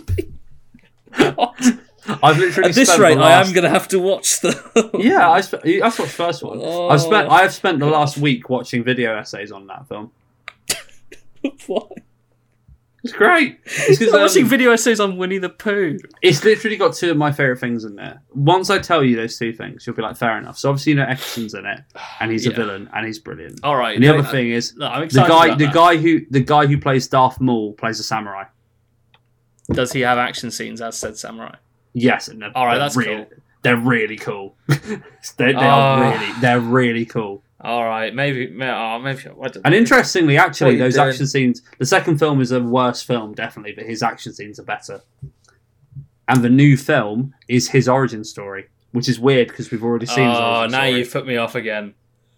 Speaker 7: I've literally
Speaker 8: At this
Speaker 7: spent
Speaker 8: rate,
Speaker 7: the
Speaker 8: I
Speaker 7: last...
Speaker 8: am going to have to watch the.
Speaker 7: Yeah, I sp- I watched the first one.
Speaker 8: Oh.
Speaker 7: I've spent I have spent the last week watching video essays on that film.
Speaker 8: Why?
Speaker 7: It's great. It's, 'cause,
Speaker 8: I'm watching
Speaker 7: um,
Speaker 8: video essays on Winnie the Pooh.
Speaker 7: it's literally got two of my favorite things in there. Once I tell you those two things, you'll be like, fair enough. So obviously, you know, Eccleston's in it, and he's
Speaker 8: Yeah.
Speaker 7: a villain, and he's brilliant.
Speaker 8: All right.
Speaker 7: And the
Speaker 8: no,
Speaker 7: other
Speaker 8: I-
Speaker 7: thing is,
Speaker 8: No, I'm
Speaker 7: the
Speaker 8: excited.
Speaker 7: guy,
Speaker 8: about
Speaker 7: the
Speaker 8: that.
Speaker 7: guy who, the guy who plays Darth Maul plays a samurai.
Speaker 8: Does he have action scenes as said samurai?
Speaker 7: Yes, and they're,
Speaker 8: All right,
Speaker 7: they're
Speaker 8: that's
Speaker 7: really,
Speaker 8: cool.
Speaker 7: They're really cool. they they are
Speaker 8: Oh.
Speaker 7: really, they're really cool.
Speaker 8: All right, maybe. Maybe. Oh, maybe I don't
Speaker 7: And interestingly,
Speaker 8: What are
Speaker 7: actually,
Speaker 8: you
Speaker 7: those
Speaker 8: doing?
Speaker 7: action scenes. The second film is the worst film, definitely, but his action scenes are better. And the new film is his origin story, which is weird because we've already seen. his
Speaker 8: Oh,
Speaker 7: origin
Speaker 8: now
Speaker 7: story.
Speaker 8: you've put me off again.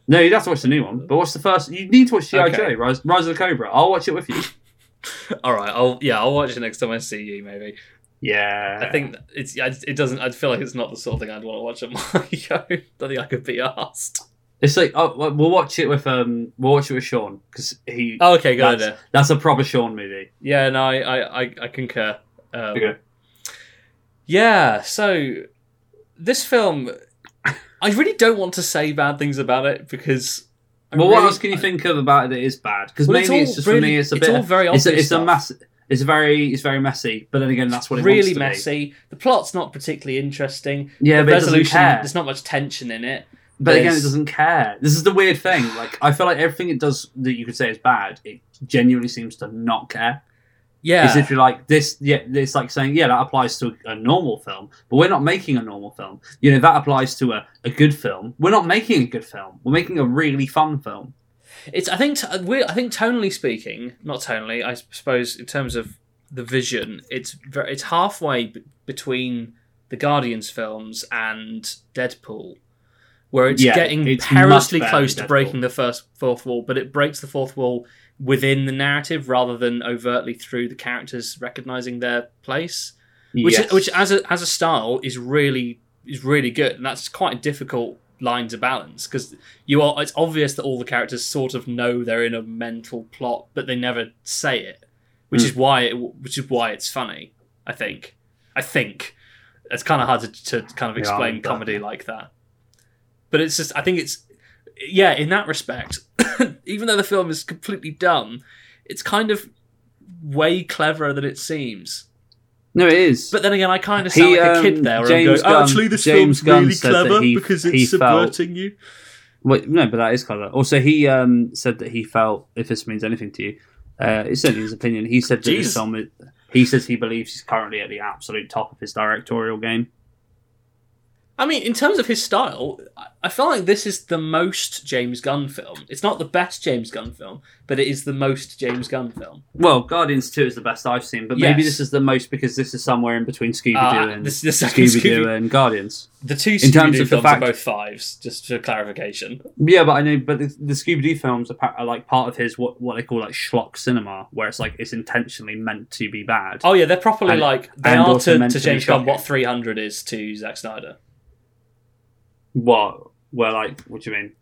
Speaker 7: No, you'd have to watch the new one. But what's the first? You need to watch GI
Speaker 8: Okay.
Speaker 7: Joe, Rise, Rise of the Cobra. I'll watch it with you.
Speaker 8: All right, I'll yeah, I'll watch it next time I see you. Maybe
Speaker 7: Yeah,
Speaker 8: I think it's I- it doesn't. I feel like it's not the sort of thing I'd want to watch on my own. Don't think I could be asked.
Speaker 7: it's like oh, we'll we'll watch it with um, we'll watch it with Sean because he.
Speaker 8: Oh, okay, good
Speaker 7: that's,
Speaker 8: idea.
Speaker 7: that's a proper Sean movie.
Speaker 8: Yeah, no, I I, I, I concur. Um,
Speaker 7: Okay.
Speaker 8: Yeah, so this film, I really don't want to say bad things about it because. I
Speaker 7: well, what
Speaker 8: really-
Speaker 7: else can you think of about it that is bad? Because
Speaker 8: Well, it's
Speaker 7: maybe
Speaker 8: all
Speaker 7: it's, just for
Speaker 8: really-
Speaker 7: me, it's a
Speaker 8: it's
Speaker 7: bit.
Speaker 8: all very
Speaker 7: it's a,
Speaker 8: obvious
Speaker 7: it's a
Speaker 8: stuff.
Speaker 7: mess. It's very. It's very messy. But then again, that's what it wants
Speaker 8: really
Speaker 7: to be.
Speaker 8: messy. The plot's not particularly interesting.
Speaker 7: Yeah,
Speaker 8: the
Speaker 7: but it doesn't
Speaker 8: resolution.
Speaker 7: care.
Speaker 8: There's not much tension in it.
Speaker 7: But again, it
Speaker 8: There's-
Speaker 7: doesn't care. This is the weird thing. Like I feel like everything it does that you could say is bad, it genuinely seems to not care.
Speaker 8: Yeah,
Speaker 7: It's literally like this. Yeah, it's like saying yeah that applies to a normal film, but we're not making a normal film. You know that applies to a, a good film. We're not making a good film. We're making a really fun film.
Speaker 8: It's I think t- we I think tonally speaking, not tonally, I suppose in terms of the vision, it's ver it's halfway b- between the Guardians films and Deadpool, where it's
Speaker 7: Yeah,
Speaker 8: getting
Speaker 7: it's much
Speaker 8: perilously
Speaker 7: better
Speaker 8: close
Speaker 7: than
Speaker 8: to
Speaker 7: Deadpool.
Speaker 8: breaking the first fourth wall, but it breaks the fourth wall within the narrative rather than overtly through the characters recognizing their place which
Speaker 7: Yes.
Speaker 8: which as a as a style is really is really good, and that's quite a difficult line to balance because you are it's obvious that all the characters sort of know they're in a mental plot, but they never say it, which
Speaker 7: Hmm.
Speaker 8: is why it, which is why it's funny. I think, I think it's kind of hard to, to kind of
Speaker 7: Yeah, I
Speaker 8: explain
Speaker 7: remember.
Speaker 8: comedy like that, but it's just I think it's yeah in that respect, even though the film is completely dumb, it's kind of way cleverer than it seems.
Speaker 7: no, it is.
Speaker 8: But then again, I kind of sound
Speaker 7: He,
Speaker 8: like a kid
Speaker 7: um,
Speaker 8: there. Where I'm going,
Speaker 7: James
Speaker 8: oh,
Speaker 7: Gunn-
Speaker 8: actually, this
Speaker 7: James
Speaker 8: film's
Speaker 7: Gunn
Speaker 8: really
Speaker 7: said that
Speaker 8: clever
Speaker 7: he-
Speaker 8: because
Speaker 7: he
Speaker 8: it's
Speaker 7: felt-
Speaker 8: subverting you.
Speaker 7: Wait, no, but that is clever. Also, he um, said that he felt if this means anything to you, uh, it's certainly his opinion. He said that
Speaker 8: Jeez.
Speaker 7: this film, is- he says he believes he's currently at the absolute top of his directorial game.
Speaker 8: I mean, in terms of his style, I- I feel like this is the most James Gunn film. It's not the best James Gunn film, but it is the most James Gunn film.
Speaker 7: Well, Guardians Two is the best I've seen, but maybe
Speaker 8: Yes.
Speaker 7: this is the most because this is somewhere in between Scooby Doo
Speaker 8: Ah,
Speaker 7: and
Speaker 8: this is the second
Speaker 7: Scooby Doo
Speaker 8: Scooby-
Speaker 7: and Guardians.
Speaker 8: The two
Speaker 7: In terms
Speaker 8: Scooby-Doo
Speaker 7: of the
Speaker 8: films
Speaker 7: fact-
Speaker 8: are both fives, just for clarification.
Speaker 7: Yeah, but I know, but the, the Scooby Doo films are, pa- are like part of his what what they call like schlock cinema, where it's like it's intentionally meant to be bad.
Speaker 8: Oh yeah, they're properly
Speaker 7: And-
Speaker 8: like they
Speaker 7: and
Speaker 8: are
Speaker 7: also
Speaker 8: to,
Speaker 7: meant
Speaker 8: to
Speaker 7: to be
Speaker 8: James Gunn
Speaker 7: shocking.
Speaker 8: what 300 is to Zack Snyder.
Speaker 7: What? Well, like, what do you mean?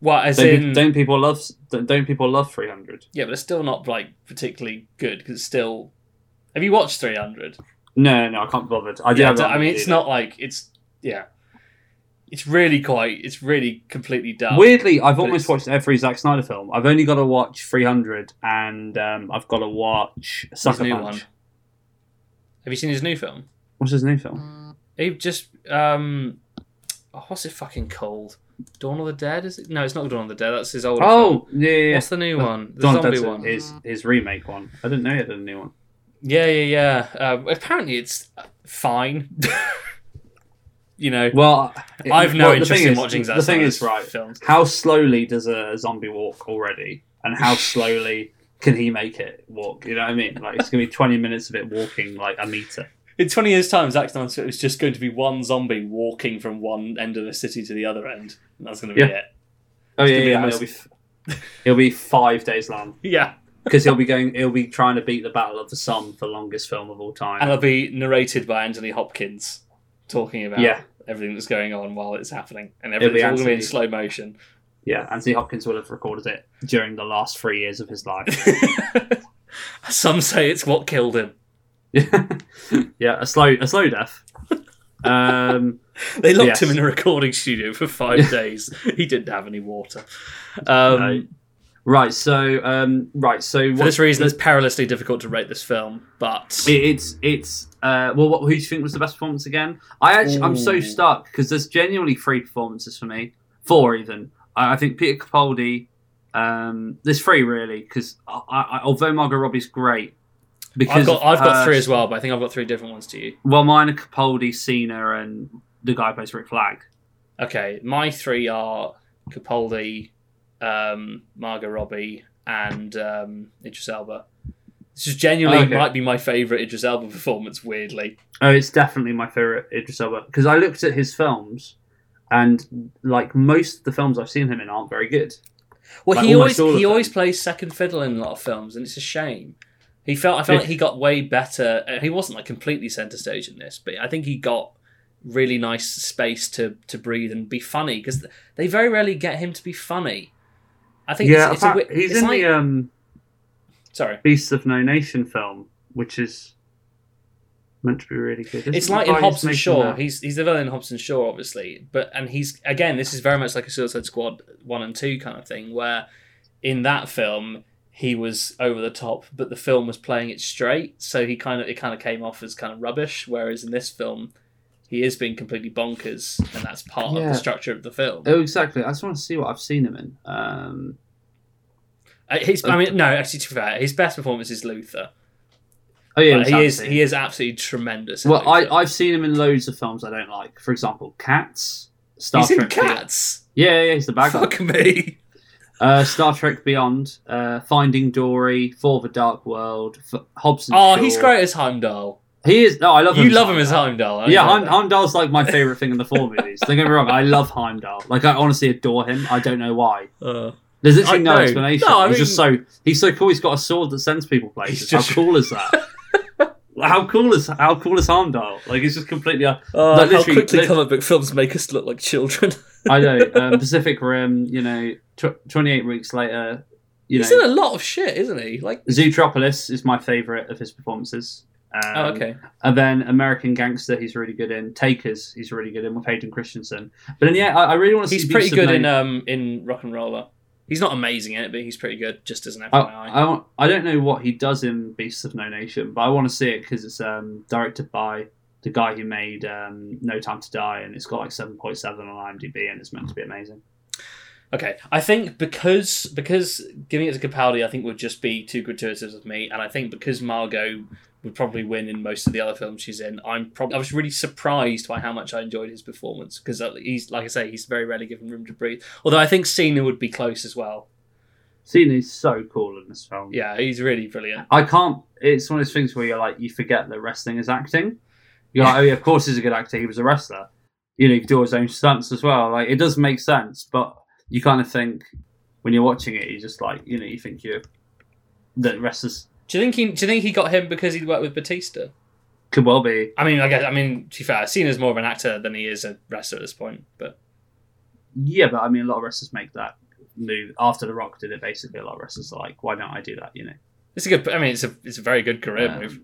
Speaker 8: Well, as
Speaker 7: Don't,
Speaker 8: in,
Speaker 7: pe- don't people love? Don't people love 300?
Speaker 8: yeah, but it's still not like particularly good because it's still. Have you watched 300?
Speaker 7: No, no, I can't be bothered. I do.
Speaker 8: yeah,
Speaker 7: have it
Speaker 8: d-
Speaker 7: on
Speaker 8: I mean,
Speaker 7: DVD.
Speaker 8: it's not like it's yeah, it's really quite, it's really completely dumb.
Speaker 7: Weirdly, I've
Speaker 8: But
Speaker 7: almost
Speaker 8: it's-
Speaker 7: watched every Zack Snyder film. I've only got to watch 300, and um, I've got to watch
Speaker 8: his
Speaker 7: Sucker
Speaker 8: new
Speaker 7: Punch.
Speaker 8: one. Have you seen his new film?
Speaker 7: What's his new
Speaker 8: Mm.
Speaker 7: film?
Speaker 8: He just um, oh, what's it fucking called? Dawn of the Dead? Is it? No, it's not Dawn of the Dead. That's his old.
Speaker 7: Oh, yeah, yeah, yeah.
Speaker 8: what's the new one? The
Speaker 7: Dawn of
Speaker 8: zombie
Speaker 7: Dead's
Speaker 8: one. Mm.
Speaker 7: Is his remake one? I didn't know he had a new one.
Speaker 8: Yeah, yeah, yeah. Uh, apparently, it's fine. you know,
Speaker 7: Well,
Speaker 8: I've no
Speaker 7: well, the
Speaker 8: interest
Speaker 7: thing
Speaker 8: in
Speaker 7: is-
Speaker 8: watching Zack
Speaker 7: The thing is,
Speaker 8: Snyder's
Speaker 7: right?
Speaker 8: films.
Speaker 7: How slowly does a zombie walk already, and how slowly can he make it walk? You know what I mean? Like it's gonna be 20 minutes of it walking like a meter.
Speaker 8: in twenty years' time, Zack Snyder's film is just going to be one zombie walking from one end of the city to the other end. And that's going to be
Speaker 7: Yeah. Oh yeah,
Speaker 8: gonna be
Speaker 7: yeah.
Speaker 8: the
Speaker 7: and
Speaker 8: most-
Speaker 7: It'll be, f- it'll be five days long
Speaker 8: it. Yeah,
Speaker 7: because he'll be going. He'll be trying to beat the Battle of the Somme for longest film of all time.
Speaker 8: and it'll be narrated by Anthony Hopkins talking about
Speaker 7: Yeah.
Speaker 8: everything that's going on while it's happening, and
Speaker 7: It'll be
Speaker 8: everything's all going to be in
Speaker 7: Anthony-
Speaker 8: slow motion.
Speaker 7: yeah, Anthony Hopkins will have recorded it during the last three years of his life.
Speaker 8: Some say it's what killed him.
Speaker 7: yeah, a slow, a slow death. Um,
Speaker 8: They locked
Speaker 7: Yes.
Speaker 8: him in a recording studio for five days. He didn't have any water. Um,
Speaker 7: No. right, so um, right, so
Speaker 8: For this reason, it's perilously difficult to rate this film, but
Speaker 7: It- it's it's uh well what who do you think was the best performance again i actually i'm so
Speaker 8: Ooh.
Speaker 7: stuck because there's genuinely three performances for me four even i, I think peter capaldi um there's three really because I, I although margot robbie's great because
Speaker 8: I've got
Speaker 7: of
Speaker 8: I've got
Speaker 7: her-
Speaker 8: three as well. But I think I've got three different ones to you.
Speaker 7: well mine are capaldi cena and the guy who plays rick flag
Speaker 8: Okay, my three are Capaldi, um, Margot Robbie, and um, Idris Elba. This is genuinely
Speaker 7: Okay.
Speaker 8: might be my favourite Idris Elba performance. Weirdly,
Speaker 7: Oh, it's definitely my favorite Idris Elba because I looked at his films, and like most of the films I've seen him in aren't very good.
Speaker 8: well,
Speaker 7: Like,
Speaker 8: he
Speaker 7: almost
Speaker 8: always
Speaker 7: all of
Speaker 8: he
Speaker 7: them.
Speaker 8: always plays second fiddle in a lot of films, and it's a shame. He felt I felt
Speaker 7: Yeah.
Speaker 8: like he got way better. uh, He wasn't like completely centre stage in this, but I think he got really nice space to to breathe and be funny because they very rarely get him to be funny. I think
Speaker 7: Yeah,
Speaker 8: it's, it's a, wi-
Speaker 7: he's
Speaker 8: it's
Speaker 7: in
Speaker 8: like,
Speaker 7: the um,
Speaker 8: sorry.
Speaker 7: Beasts of No Nation film, which is meant to be really good. Isn't
Speaker 8: it's like
Speaker 7: the
Speaker 8: in
Speaker 7: guy who's
Speaker 8: Hobson
Speaker 7: making
Speaker 8: Shaw.
Speaker 7: that-
Speaker 8: He's he's the villain in Hobson Shaw, obviously, but and he's again, this is very much like a Suicide Squad one and two kind of thing, where in that film he was over the top, but the film was playing it straight, so he kind of it kind of came off as kind of rubbish. Whereas in this film, he is being completely bonkers, and that's part of
Speaker 7: Yeah.
Speaker 8: the structure of the film.
Speaker 7: Oh, exactly. I just want to see what I've seen him in. Um,
Speaker 8: Uh, He's, I mean, no, actually, to be fair, his best performance is Luther.
Speaker 7: oh yeah,
Speaker 8: Like, he is
Speaker 7: exactly.
Speaker 8: he is absolutely tremendous. in
Speaker 7: Well, I,
Speaker 8: Luther.
Speaker 7: I've seen him in loads of films I don't like. For example, Cats. Star
Speaker 8: he's in
Speaker 7: Trek Beyond-
Speaker 8: Cats.
Speaker 7: Yeah, yeah, he's the bad guy.
Speaker 8: Fuck me.
Speaker 7: Uh, Star Trek Beyond, uh, Finding Dory, For the Dark World, F- Hobson.
Speaker 8: Oh,
Speaker 7: Shaw.
Speaker 8: he's great as Heimdall.
Speaker 7: He is. No, I love
Speaker 8: You
Speaker 7: him.
Speaker 8: love him as Heimdall. I
Speaker 7: Yeah,
Speaker 8: know
Speaker 7: Heim-
Speaker 8: that.
Speaker 7: Heimdall's like my favorite thing in the four movies. Don't get me wrong, I love Heimdall. Like I honestly adore him. I don't know why.
Speaker 8: Uh,
Speaker 7: There's literally
Speaker 8: I-
Speaker 7: no,
Speaker 8: no.
Speaker 7: explanation.
Speaker 8: No, I
Speaker 7: he's just so
Speaker 8: mean-
Speaker 7: he's so cool. He's got a sword that sends people places.
Speaker 8: He's just-
Speaker 7: How cool is that? how cool is how cool is Heimdall? Like he's just completely. Uh,
Speaker 8: oh,
Speaker 7: like,
Speaker 8: how
Speaker 7: literally-
Speaker 8: quickly
Speaker 7: lit-
Speaker 8: comic book films make us look like children.
Speaker 7: I know um, Pacific Rim. You know, tw- 28 weeks later. You
Speaker 8: He's
Speaker 7: know,
Speaker 8: in a lot of shit, isn't he? Like,
Speaker 7: Zootropolis is my favorite of his performances. Um,
Speaker 8: oh, okay.
Speaker 7: And then American Gangster, he's really good in. Takers, he's really good in with Hayden Christensen. But then, yeah, I, I really want to see.
Speaker 8: He's pretty
Speaker 7: Beasts of
Speaker 8: good in
Speaker 7: No-
Speaker 8: um in Rock and Roller. He's not amazing in it, but he's pretty good. Just as an
Speaker 7: I,
Speaker 8: FYI.
Speaker 7: I, want- I don't know what he does in Beasts of No Nation, but I want to see it because it's um, directed by the guy who made um, No Time to Die, and it's got like seven point seven on IMDb, and it's meant to be amazing.
Speaker 8: okay, I think because because giving it to Capaldi, I think would just be too gratuitous of me, and I think because Margot would probably win in most of the other films she's in. I'm probably I was really surprised by how much I enjoyed his performance because he's like I say, he's very rarely given room to breathe. Although I think Cena would be close as well.
Speaker 7: Cena is so cool in this film.
Speaker 8: Yeah, he's really brilliant.
Speaker 7: I can't. It's one of those things where you're like, you forget that wrestling is acting. You're like, oh yeah, of course he's a good actor. He was a wrestler. You know, he could do his own stunts as well. Like it does make sense, but you kind of think when you're watching it, you just like, you know, you think you that wrestlers
Speaker 8: Do you think he? Do you think he got him because he worked with Batista?
Speaker 7: could well be.
Speaker 8: I mean, I guess. I mean, to be fair, Cena's more of an actor than he is a wrestler at this point. But
Speaker 7: Yeah, but I mean, a lot of wrestlers make that move after The Rock did it. Basically, a lot of wrestlers are like, why don't I do that? You know.
Speaker 8: It's a good. I mean, it's a it's a very good career
Speaker 7: Um,
Speaker 8: move.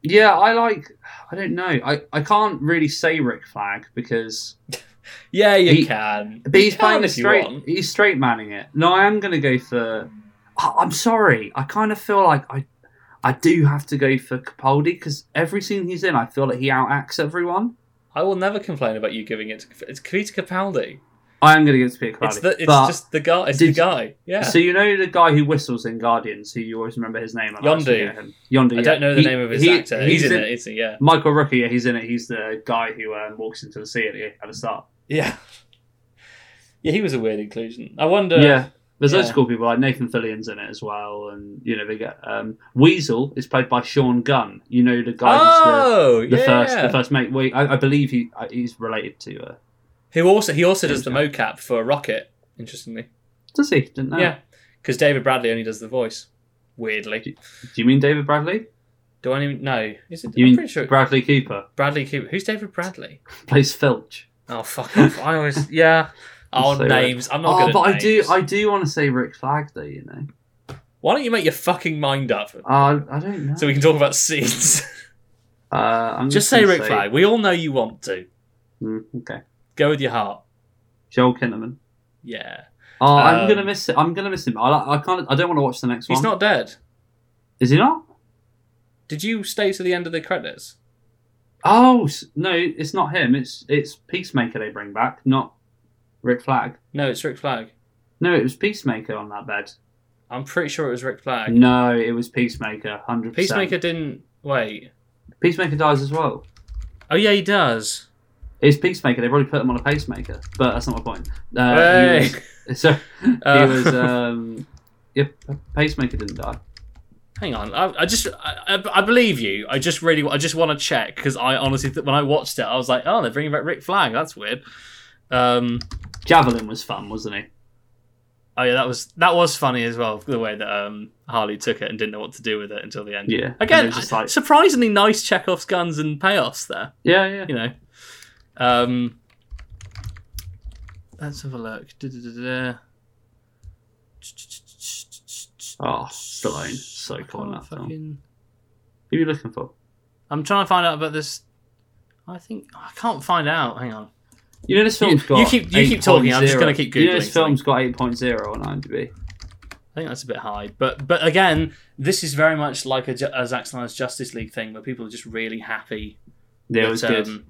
Speaker 7: Yeah, I like. I don't know. I, I can't really say Rick Flag because
Speaker 8: Yeah, you
Speaker 7: he-
Speaker 8: can.
Speaker 7: but he's
Speaker 8: you can
Speaker 7: playing a
Speaker 8: if you
Speaker 7: straight.
Speaker 8: want.
Speaker 7: He's straight manning it. No, I am going to go for. I, I'm sorry. I kind of feel like I I do have to go for Capaldi because every scene he's in, I feel like he outacts everyone.
Speaker 8: I will never complain about you giving it. to... It's Peter Capaldi.
Speaker 7: I am going to give it to Peter Capaldi.
Speaker 8: It's the it's
Speaker 7: but-
Speaker 8: just the guy. It's the
Speaker 7: did-
Speaker 8: guy. Yeah.
Speaker 7: So you know the guy who whistles in Guardians, who you always remember his name. and I always
Speaker 8: Yondu.
Speaker 7: forget him. Yondu.
Speaker 8: I
Speaker 7: yeah.
Speaker 8: don't know the
Speaker 7: He-
Speaker 8: name of his
Speaker 7: he-
Speaker 8: actor. He's, in, it, is he? Yeah.
Speaker 7: Michael Rooker, yeah, he's in it. He's the guy who um, walks into the sea at the, at the start.
Speaker 8: Yeah. Yeah, he was a weird inclusion. I wonder.
Speaker 7: yeah, there's loads
Speaker 8: yeah.
Speaker 7: of cool people. Like Nathan Fillion's in it as well, and you know they get um, Weasel is played by Sean Gunn. You know the guy
Speaker 8: Oh,
Speaker 7: who's the, the
Speaker 8: yeah.
Speaker 7: first the first mate. Well, I, I believe he uh, he's related to. Uh,
Speaker 8: Who also he also does the mocap for Rocket. Interestingly,
Speaker 7: does he? Didn't know.
Speaker 8: yeah, because David Bradley only does the voice. Weirdly,
Speaker 7: Do you mean David Bradley?
Speaker 8: do I even know? Is it?
Speaker 7: You
Speaker 8: I'm
Speaker 7: mean
Speaker 8: pretty sure
Speaker 7: Bradley Cooper
Speaker 8: Bradley Cooper. Who's David Bradley?
Speaker 7: plays Filch?
Speaker 8: Oh fuck off! I always yeah. Oh
Speaker 7: so
Speaker 8: names. I'm not
Speaker 7: oh,
Speaker 8: gonna.
Speaker 7: but I do
Speaker 8: names.
Speaker 7: I do want to say Rick Flag though. You know.
Speaker 8: Why don't you make your fucking mind up
Speaker 7: Uh, I don't know.
Speaker 8: so we can talk about scenes?
Speaker 7: uh, I'm
Speaker 8: Just say
Speaker 7: gonna
Speaker 8: Rick Flag. We all know you want to.
Speaker 7: Mm, okay.
Speaker 8: Go with your heart.
Speaker 7: Joel Kinnaman.
Speaker 8: Yeah.
Speaker 7: Oh,
Speaker 8: Um,
Speaker 7: I'm gonna miss it. I'm gonna miss him. I, like- I can't. I don't want to watch the next
Speaker 8: He's
Speaker 7: one.
Speaker 8: not dead.
Speaker 7: Is he not?
Speaker 8: Did you stay to the end of the credits?
Speaker 7: Oh s- no, it's not him. It's it's Peacemaker they bring back, not Rick Flag.
Speaker 8: No, it's Rick Flag.
Speaker 7: No, it was Peacemaker on that bed.
Speaker 8: I'm pretty sure it was Rick Flag.
Speaker 7: No, it was Peacemaker. Hundred percent.
Speaker 8: Peacemaker didn't wait.
Speaker 7: Peacemaker dies as well.
Speaker 8: Oh yeah, he does.
Speaker 7: It's Peacemaker. They've already put him on a pacemaker, but that's not my point. Uh,
Speaker 8: Hey!
Speaker 7: he was, so
Speaker 8: Uh,
Speaker 7: he was. Um, yeah, pacemaker didn't die.
Speaker 8: Hang on, I, I just I, I- I believe you. I just really I just want to check because I honestly th- when I watched it I was like, oh, they're bringing back Rick Flag. That's weird. Um,
Speaker 7: Javelin was fun, wasn't he?
Speaker 8: oh yeah, that was that was funny as well the way that um Harley took it and didn't know what to do with it until the end.
Speaker 7: Yeah, and
Speaker 8: again,
Speaker 7: it was just like-
Speaker 8: surprisingly nice Chekhov's guns and payoffs there.
Speaker 7: Yeah, yeah.
Speaker 8: you know. Um, let's have a look. Du-du-du-du.
Speaker 7: Oh, Stallone, so cool in
Speaker 8: Can't
Speaker 7: that film. Who
Speaker 8: fucking-
Speaker 7: are you looking for?
Speaker 8: I'm trying to find out about this. I think I can't find out. Hang on.
Speaker 7: You know this film's
Speaker 8: You-
Speaker 7: got.
Speaker 8: you keep- you keep talking, I'm just
Speaker 7: 8.0.
Speaker 8: gonna keep
Speaker 7: You know
Speaker 8: Googling
Speaker 7: this film's got eight point zero on IMDb.
Speaker 8: I think that's a bit high, but but again, this is very much like a, Ju- a Zack Snyder's Justice League thing, where people are just really happy
Speaker 7: Yeah, it was
Speaker 8: that,
Speaker 7: good.
Speaker 8: um,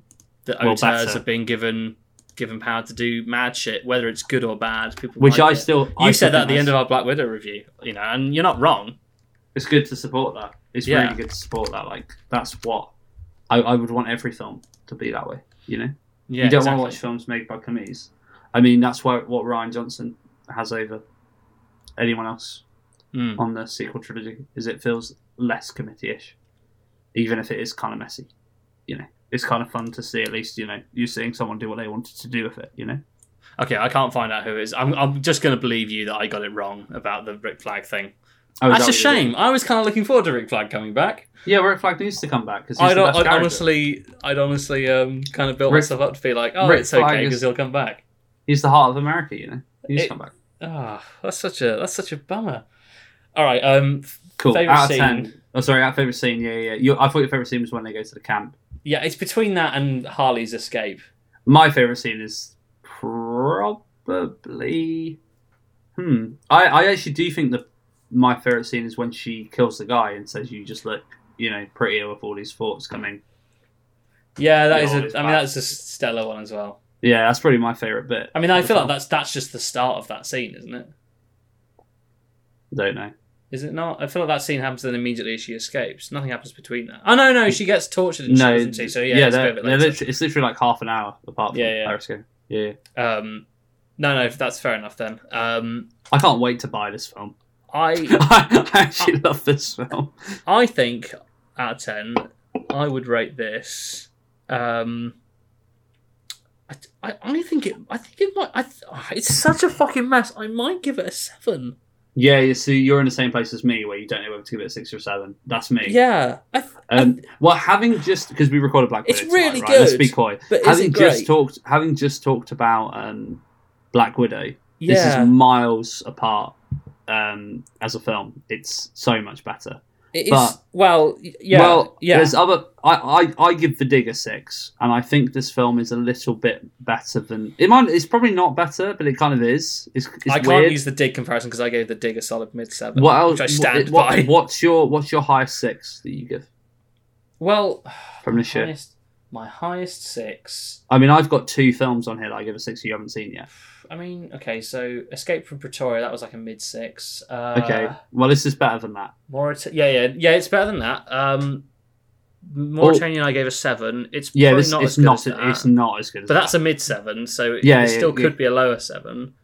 Speaker 8: that
Speaker 7: Well,
Speaker 8: auteurs
Speaker 7: better.
Speaker 8: are being given given power to do mad shit, whether it's good or bad. People
Speaker 7: Which
Speaker 8: like
Speaker 7: I
Speaker 8: it.
Speaker 7: still.
Speaker 8: You
Speaker 7: I still
Speaker 8: said that at
Speaker 7: think
Speaker 8: the end of
Speaker 7: that's-
Speaker 8: our Black Widow review, you know, and you're not wrong.
Speaker 7: It's good to support that. It's
Speaker 8: Yeah.
Speaker 7: really good to support that. Like that's what I, I would want every film to be that way. You know,
Speaker 8: Yeah,
Speaker 7: you don't
Speaker 8: exactly.
Speaker 7: want to watch films made by committees. I mean, that's why what Ryan Johnson has over anyone else
Speaker 8: Mm.
Speaker 7: on the sequel trilogy is it feels less committee-ish, even if it is kind of messy. You know, it's kind of fun to see at least you know you seeing someone do what they wanted to do with it. You know.
Speaker 8: Okay, I can't find out who it is. I'm, I'm just going to believe you that I got it wrong about the Rick Flag thing.
Speaker 7: Oh, is that
Speaker 8: That's a
Speaker 7: what you're doing?
Speaker 8: shame. I was kind of looking forward to Rick Flag coming back.
Speaker 7: Yeah, Rick Flag needs to come back because he's
Speaker 8: I'd,
Speaker 7: the best
Speaker 8: I'd
Speaker 7: character.
Speaker 8: honestly, I'd honestly um, kind of built
Speaker 7: Rick-
Speaker 8: myself up to be like, oh,
Speaker 7: Rick
Speaker 8: it's okay
Speaker 7: Flag
Speaker 8: because
Speaker 7: is-
Speaker 8: he'll come back.
Speaker 7: he's the heart of America. You know, he needs
Speaker 8: It-
Speaker 7: to come back.
Speaker 8: Ah, that's such a that's such a bummer. All right, um,
Speaker 7: Cool.
Speaker 8: Favourite
Speaker 7: out of
Speaker 8: scene?
Speaker 7: ten. Oh, sorry. Out of favorite scene. Yeah, yeah. yeah. Your, I thought your favorite scene was when they go to the camp.
Speaker 8: yeah, it's between that and Harley's escape.
Speaker 7: My favorite scene is probably. Hmm. I, I actually do think that my favorite scene is when she kills the guy and says, "You just look, you know, prettier with all these thoughts coming."
Speaker 8: Yeah, that
Speaker 7: Yeah,
Speaker 8: is.
Speaker 7: all his
Speaker 8: A, I mean,
Speaker 7: back.
Speaker 8: that's a stellar one as well.
Speaker 7: Yeah, that's probably my favorite bit.
Speaker 8: I mean, I
Speaker 7: The
Speaker 8: feel like
Speaker 7: film.
Speaker 8: that's that's just the start of that scene, isn't it?
Speaker 7: Don't know.
Speaker 8: Is it not? I feel like that scene happens, then immediately she escapes. Nothing happens between that. Oh no, no, she gets tortured. And
Speaker 7: No.
Speaker 8: shit, doesn't she? So yeah,
Speaker 7: yeah.
Speaker 8: it's, a
Speaker 7: They're,
Speaker 8: bit
Speaker 7: they're
Speaker 8: later.
Speaker 7: literally, it's literally like half an hour apart from
Speaker 8: Yeah, yeah.
Speaker 7: Iris Skin. Yeah.
Speaker 8: Um, no, no, that's fair enough then. Um,
Speaker 7: I can't wait to buy this film.
Speaker 8: I,
Speaker 7: I actually love this film.
Speaker 8: I think out of ten, I would rate this. Um, I, I, I think it. I think it might. I, th- oh, it's such a fucking mess. I might give it a seven.
Speaker 7: Yeah, you see, you're in the same place as me where you don't know whether to give it a six or a seven. That's me.
Speaker 8: Yeah, I, th-
Speaker 7: Um, well, having just because we recorded Black Widow,
Speaker 8: It's
Speaker 7: tonight,
Speaker 8: really
Speaker 7: right? Let's
Speaker 8: good,
Speaker 7: be coy.
Speaker 8: but is
Speaker 7: having
Speaker 8: it
Speaker 7: just
Speaker 8: great?
Speaker 7: talked, having just talked about um, Black Widow, This
Speaker 8: Yeah.
Speaker 7: is miles apart um, as a film. It's so much better.
Speaker 8: It is
Speaker 7: But-
Speaker 8: well, y- yeah,
Speaker 7: well,
Speaker 8: yeah.
Speaker 7: There's other. I, I I give The Dig a six, and I think this film is a little bit better than it might. It's probably not better, but it kind of is. It's, it's
Speaker 8: I can't
Speaker 7: weird.
Speaker 8: use the dig comparison because I gave the dig a solid mid seven,
Speaker 7: what else?
Speaker 8: which I stand
Speaker 7: what,
Speaker 8: by.
Speaker 7: What's your What's your highest six that you give
Speaker 8: Well,
Speaker 7: from this year?
Speaker 8: highest, my highest six.
Speaker 7: I mean, I've got two films on here that I give a six that you haven't seen yet.
Speaker 8: I mean, okay, so Escape from Pretoria that was like a mid six. Uh,
Speaker 7: Okay, well, this is better than that.
Speaker 8: Maurit- yeah, yeah, yeah. It's better than that. Um, Mauritania, I gave a seven. It's
Speaker 7: Oh. Yeah,
Speaker 8: probably
Speaker 7: this
Speaker 8: not
Speaker 7: it's
Speaker 8: as good
Speaker 7: not
Speaker 8: as that.
Speaker 7: it's not as good. As
Speaker 8: but that's
Speaker 7: that.
Speaker 8: a mid seven, so it,
Speaker 7: Yeah,
Speaker 8: it
Speaker 7: yeah,
Speaker 8: still
Speaker 7: yeah.
Speaker 8: could be a lower seven.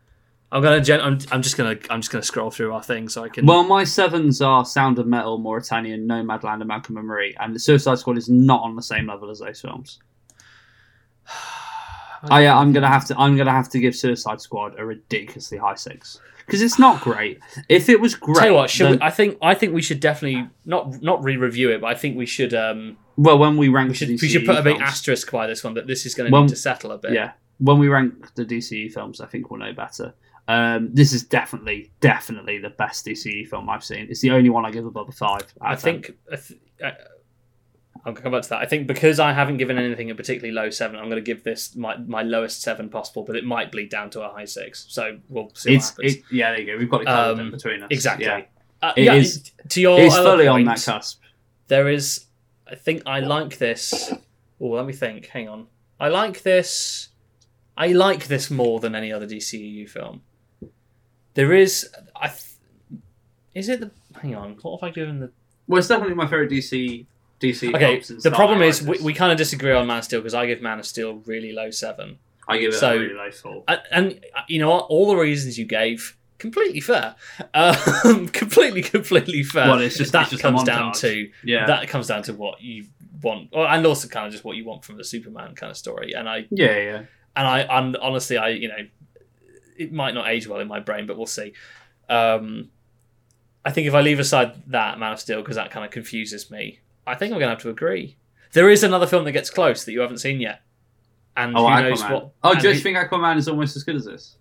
Speaker 8: I'm gonna. Gen- I'm, I'm just gonna. I'm just gonna scroll through our thing so I can.
Speaker 7: well, my sevens are Sound of Metal, Mauritania, Nomadland, and Malcolm and Marie, and The Suicide Squad is not on the same level as those films. I, yeah, I'm gonna have to. I'm gonna have to give Suicide Squad a ridiculously high six because it's not great. If it was great,
Speaker 8: Tell you what, should
Speaker 7: then-
Speaker 8: we, I think I think we should definitely not not re-review it, but I think we should um
Speaker 7: well, when we rank,
Speaker 8: we should
Speaker 7: the
Speaker 8: we should
Speaker 7: DCEU
Speaker 8: put a big
Speaker 7: films-
Speaker 8: asterisk by this one that this is going to
Speaker 7: Well,
Speaker 8: need to settle a bit.
Speaker 7: Yeah, when we rank the DCU films, I think we'll know better. Um, this is definitely, definitely the best DCU film I've seen. It's the only one I give above a five. um, out
Speaker 8: I
Speaker 7: of ten.
Speaker 8: think I th- I- I'm gonna come back to that. I think because I haven't given anything a particularly low seven, I'm gonna give this my my lowest seven possible, but it might bleed down to a high six. So we'll see
Speaker 7: it's
Speaker 8: what happens.
Speaker 7: it, yeah. There you go. We've got it covered
Speaker 8: Um,
Speaker 7: in between us.
Speaker 8: exactly.
Speaker 7: Yeah.
Speaker 8: Uh,
Speaker 7: It
Speaker 8: yeah,
Speaker 7: is-
Speaker 8: to your
Speaker 7: It's
Speaker 8: other
Speaker 7: fully on
Speaker 8: point,
Speaker 7: that cusp.
Speaker 8: there is i think i like this oh let me think hang on i like this i like this more than any other dceu film there is i th- is it the hang on what have i given the
Speaker 7: Well, it's definitely my favorite E, DC. DC.
Speaker 8: okay
Speaker 7: film since
Speaker 8: the problem
Speaker 7: Dark
Speaker 8: is
Speaker 7: Knight
Speaker 8: we,
Speaker 7: Rises.
Speaker 8: we kind of disagree on man of steel because i give man of steel really low seven
Speaker 7: I give it
Speaker 8: so-
Speaker 7: a really low four.
Speaker 8: and, and uh, you know what all the reasons you gave completely fair um, completely completely fair
Speaker 7: Well, it's just- it's
Speaker 8: that
Speaker 7: just a
Speaker 8: comes down
Speaker 7: montage.
Speaker 8: to
Speaker 7: Yeah.
Speaker 8: that comes down to what you want or, and also kind of just what you want from a superman kind of story and i
Speaker 7: yeah, yeah.
Speaker 8: and i and honestly i you know it might not age well in my brain but we'll see um i think if i leave aside that man of steel because that kind of confuses me i think i'm gonna have to agree there is another film that gets close that you haven't seen yet and
Speaker 7: Oh,
Speaker 8: who
Speaker 7: Aquaman.
Speaker 8: knows what
Speaker 7: oh,
Speaker 8: and
Speaker 7: do you
Speaker 8: who-
Speaker 7: think Aquaman is almost as good as this?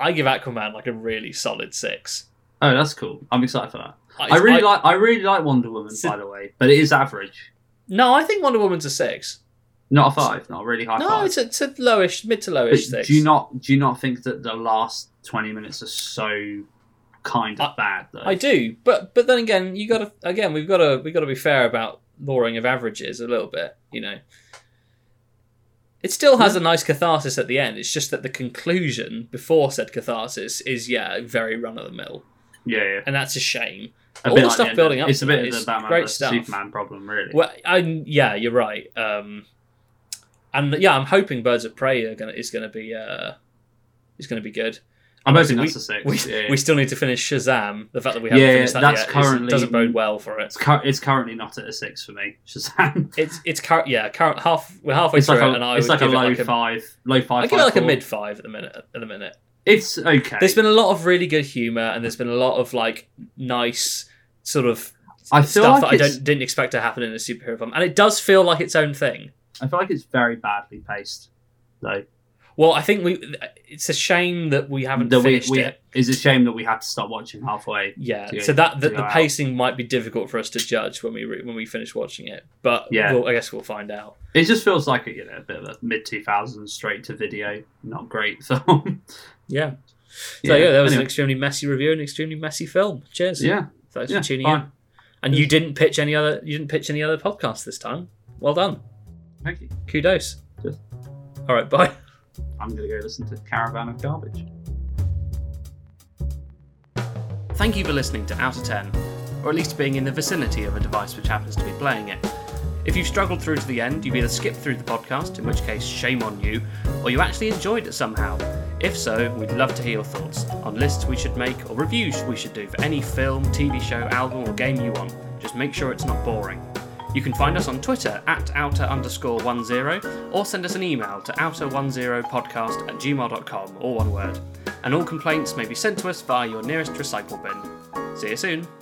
Speaker 8: i give aquaman like a really solid six
Speaker 7: Oh, that's cool. I'm excited for that.
Speaker 8: I-
Speaker 7: I really
Speaker 8: I-
Speaker 7: like. I really like Wonder Woman,
Speaker 8: So-
Speaker 7: by the way, but it is average.
Speaker 8: no i think wonder woman's a six
Speaker 7: Not a five. Not a really high.
Speaker 8: no
Speaker 7: five.
Speaker 8: it's a, it's a lowish mid to lowish
Speaker 7: But
Speaker 8: six
Speaker 7: do you not do you not think that the last twenty minutes are so kind of bad though?
Speaker 8: I do, but but then again, you got to again we've got to we have got to be fair about lowering of averages a little bit, you know. It still has a nice catharsis at the end. It's just that the conclusion before said catharsis is yeah very run of the mill,
Speaker 7: Yeah, yeah.
Speaker 8: and that's a shame.
Speaker 7: A
Speaker 8: All
Speaker 7: bit
Speaker 8: the
Speaker 7: like
Speaker 8: stuff
Speaker 7: end
Speaker 8: building
Speaker 7: of-
Speaker 8: up
Speaker 7: It's a
Speaker 8: to
Speaker 7: bit
Speaker 8: it
Speaker 7: of
Speaker 8: is
Speaker 7: the Batman
Speaker 8: great
Speaker 7: versus
Speaker 8: stuff.
Speaker 7: Superman problem, really.
Speaker 8: Well, I yeah, you're right. Um, and yeah, I'm hoping Birds of Prey are gonna is gonna be uh, is gonna be good.
Speaker 7: I'm hoping
Speaker 8: we-
Speaker 7: that's a six.
Speaker 8: We,
Speaker 7: yeah.
Speaker 8: we still need to finish Shazam. The fact that we haven't
Speaker 7: Yeah,
Speaker 8: finished that
Speaker 7: that's
Speaker 8: yet is-
Speaker 7: currently-
Speaker 8: doesn't bode well for it.
Speaker 7: it's, cur- it's currently not at a six for me. Shazam.
Speaker 8: It's it's current yeah current half we're halfway
Speaker 7: It's
Speaker 8: through
Speaker 7: like
Speaker 8: it and
Speaker 7: a,
Speaker 8: I
Speaker 7: it's
Speaker 8: would
Speaker 7: like a
Speaker 8: give it
Speaker 7: low
Speaker 8: like a
Speaker 7: five, low five.
Speaker 8: I give it like a
Speaker 7: five,
Speaker 8: mid
Speaker 7: four.
Speaker 8: five at the minute at the minute.
Speaker 7: It's okay.
Speaker 8: There's been a lot of really good humor and there's been a lot of like nice sort of
Speaker 7: I feel like
Speaker 8: stuff that I
Speaker 7: it's-
Speaker 8: don't didn't expect to happen in a superhero film and it does feel like its own thing.
Speaker 7: I feel like it's very badly paced, though.
Speaker 8: Well, I think we it's a shame that we haven't
Speaker 7: That we,
Speaker 8: finished
Speaker 7: we,
Speaker 8: it.
Speaker 7: it's a shame that we had to stop watching halfway.
Speaker 8: Yeah,
Speaker 7: to-
Speaker 8: so that
Speaker 7: to
Speaker 8: that
Speaker 7: go
Speaker 8: the
Speaker 7: out.
Speaker 8: pacing might be difficult for us to judge when we re, when we finish watching it, but
Speaker 7: Yeah.
Speaker 8: we'll, I guess we'll find out.
Speaker 7: It just feels like you know a bit of a mid 2000s straight to video, not great film.
Speaker 8: Yeah. So
Speaker 7: Yeah,
Speaker 8: yeah, that was an
Speaker 7: anyway.
Speaker 8: extremely messy review and an extremely messy film. Cheers.
Speaker 7: yeah,
Speaker 8: Thanks
Speaker 7: yeah,
Speaker 8: for tuning
Speaker 7: fine.
Speaker 8: in. And you didn't pitch any other you didn't pitch any other podcasts this time. Well done.
Speaker 7: Thank you.
Speaker 8: Kudos.
Speaker 7: Cheers.
Speaker 8: All right, bye.
Speaker 7: I'm gonna go listen to Caravan of Garbage.
Speaker 8: Thank you for listening to Out of 10, or at least being in the vicinity of a device which happens to be playing it. If you've struggled through to the end, you've either skipped through the podcast, in which case shame on you, or you actually enjoyed it somehow. If so, we'd love to hear your thoughts on lists we should make or reviews we should do for any film, TV show, album, or game you want. Just make sure it's not boring. You can find us on Twitter at outer underscore one zero, or send us an email to outer one zero podcast at gmail.com, all one word. And all complaints may be sent to us via your nearest recycle bin. See you soon.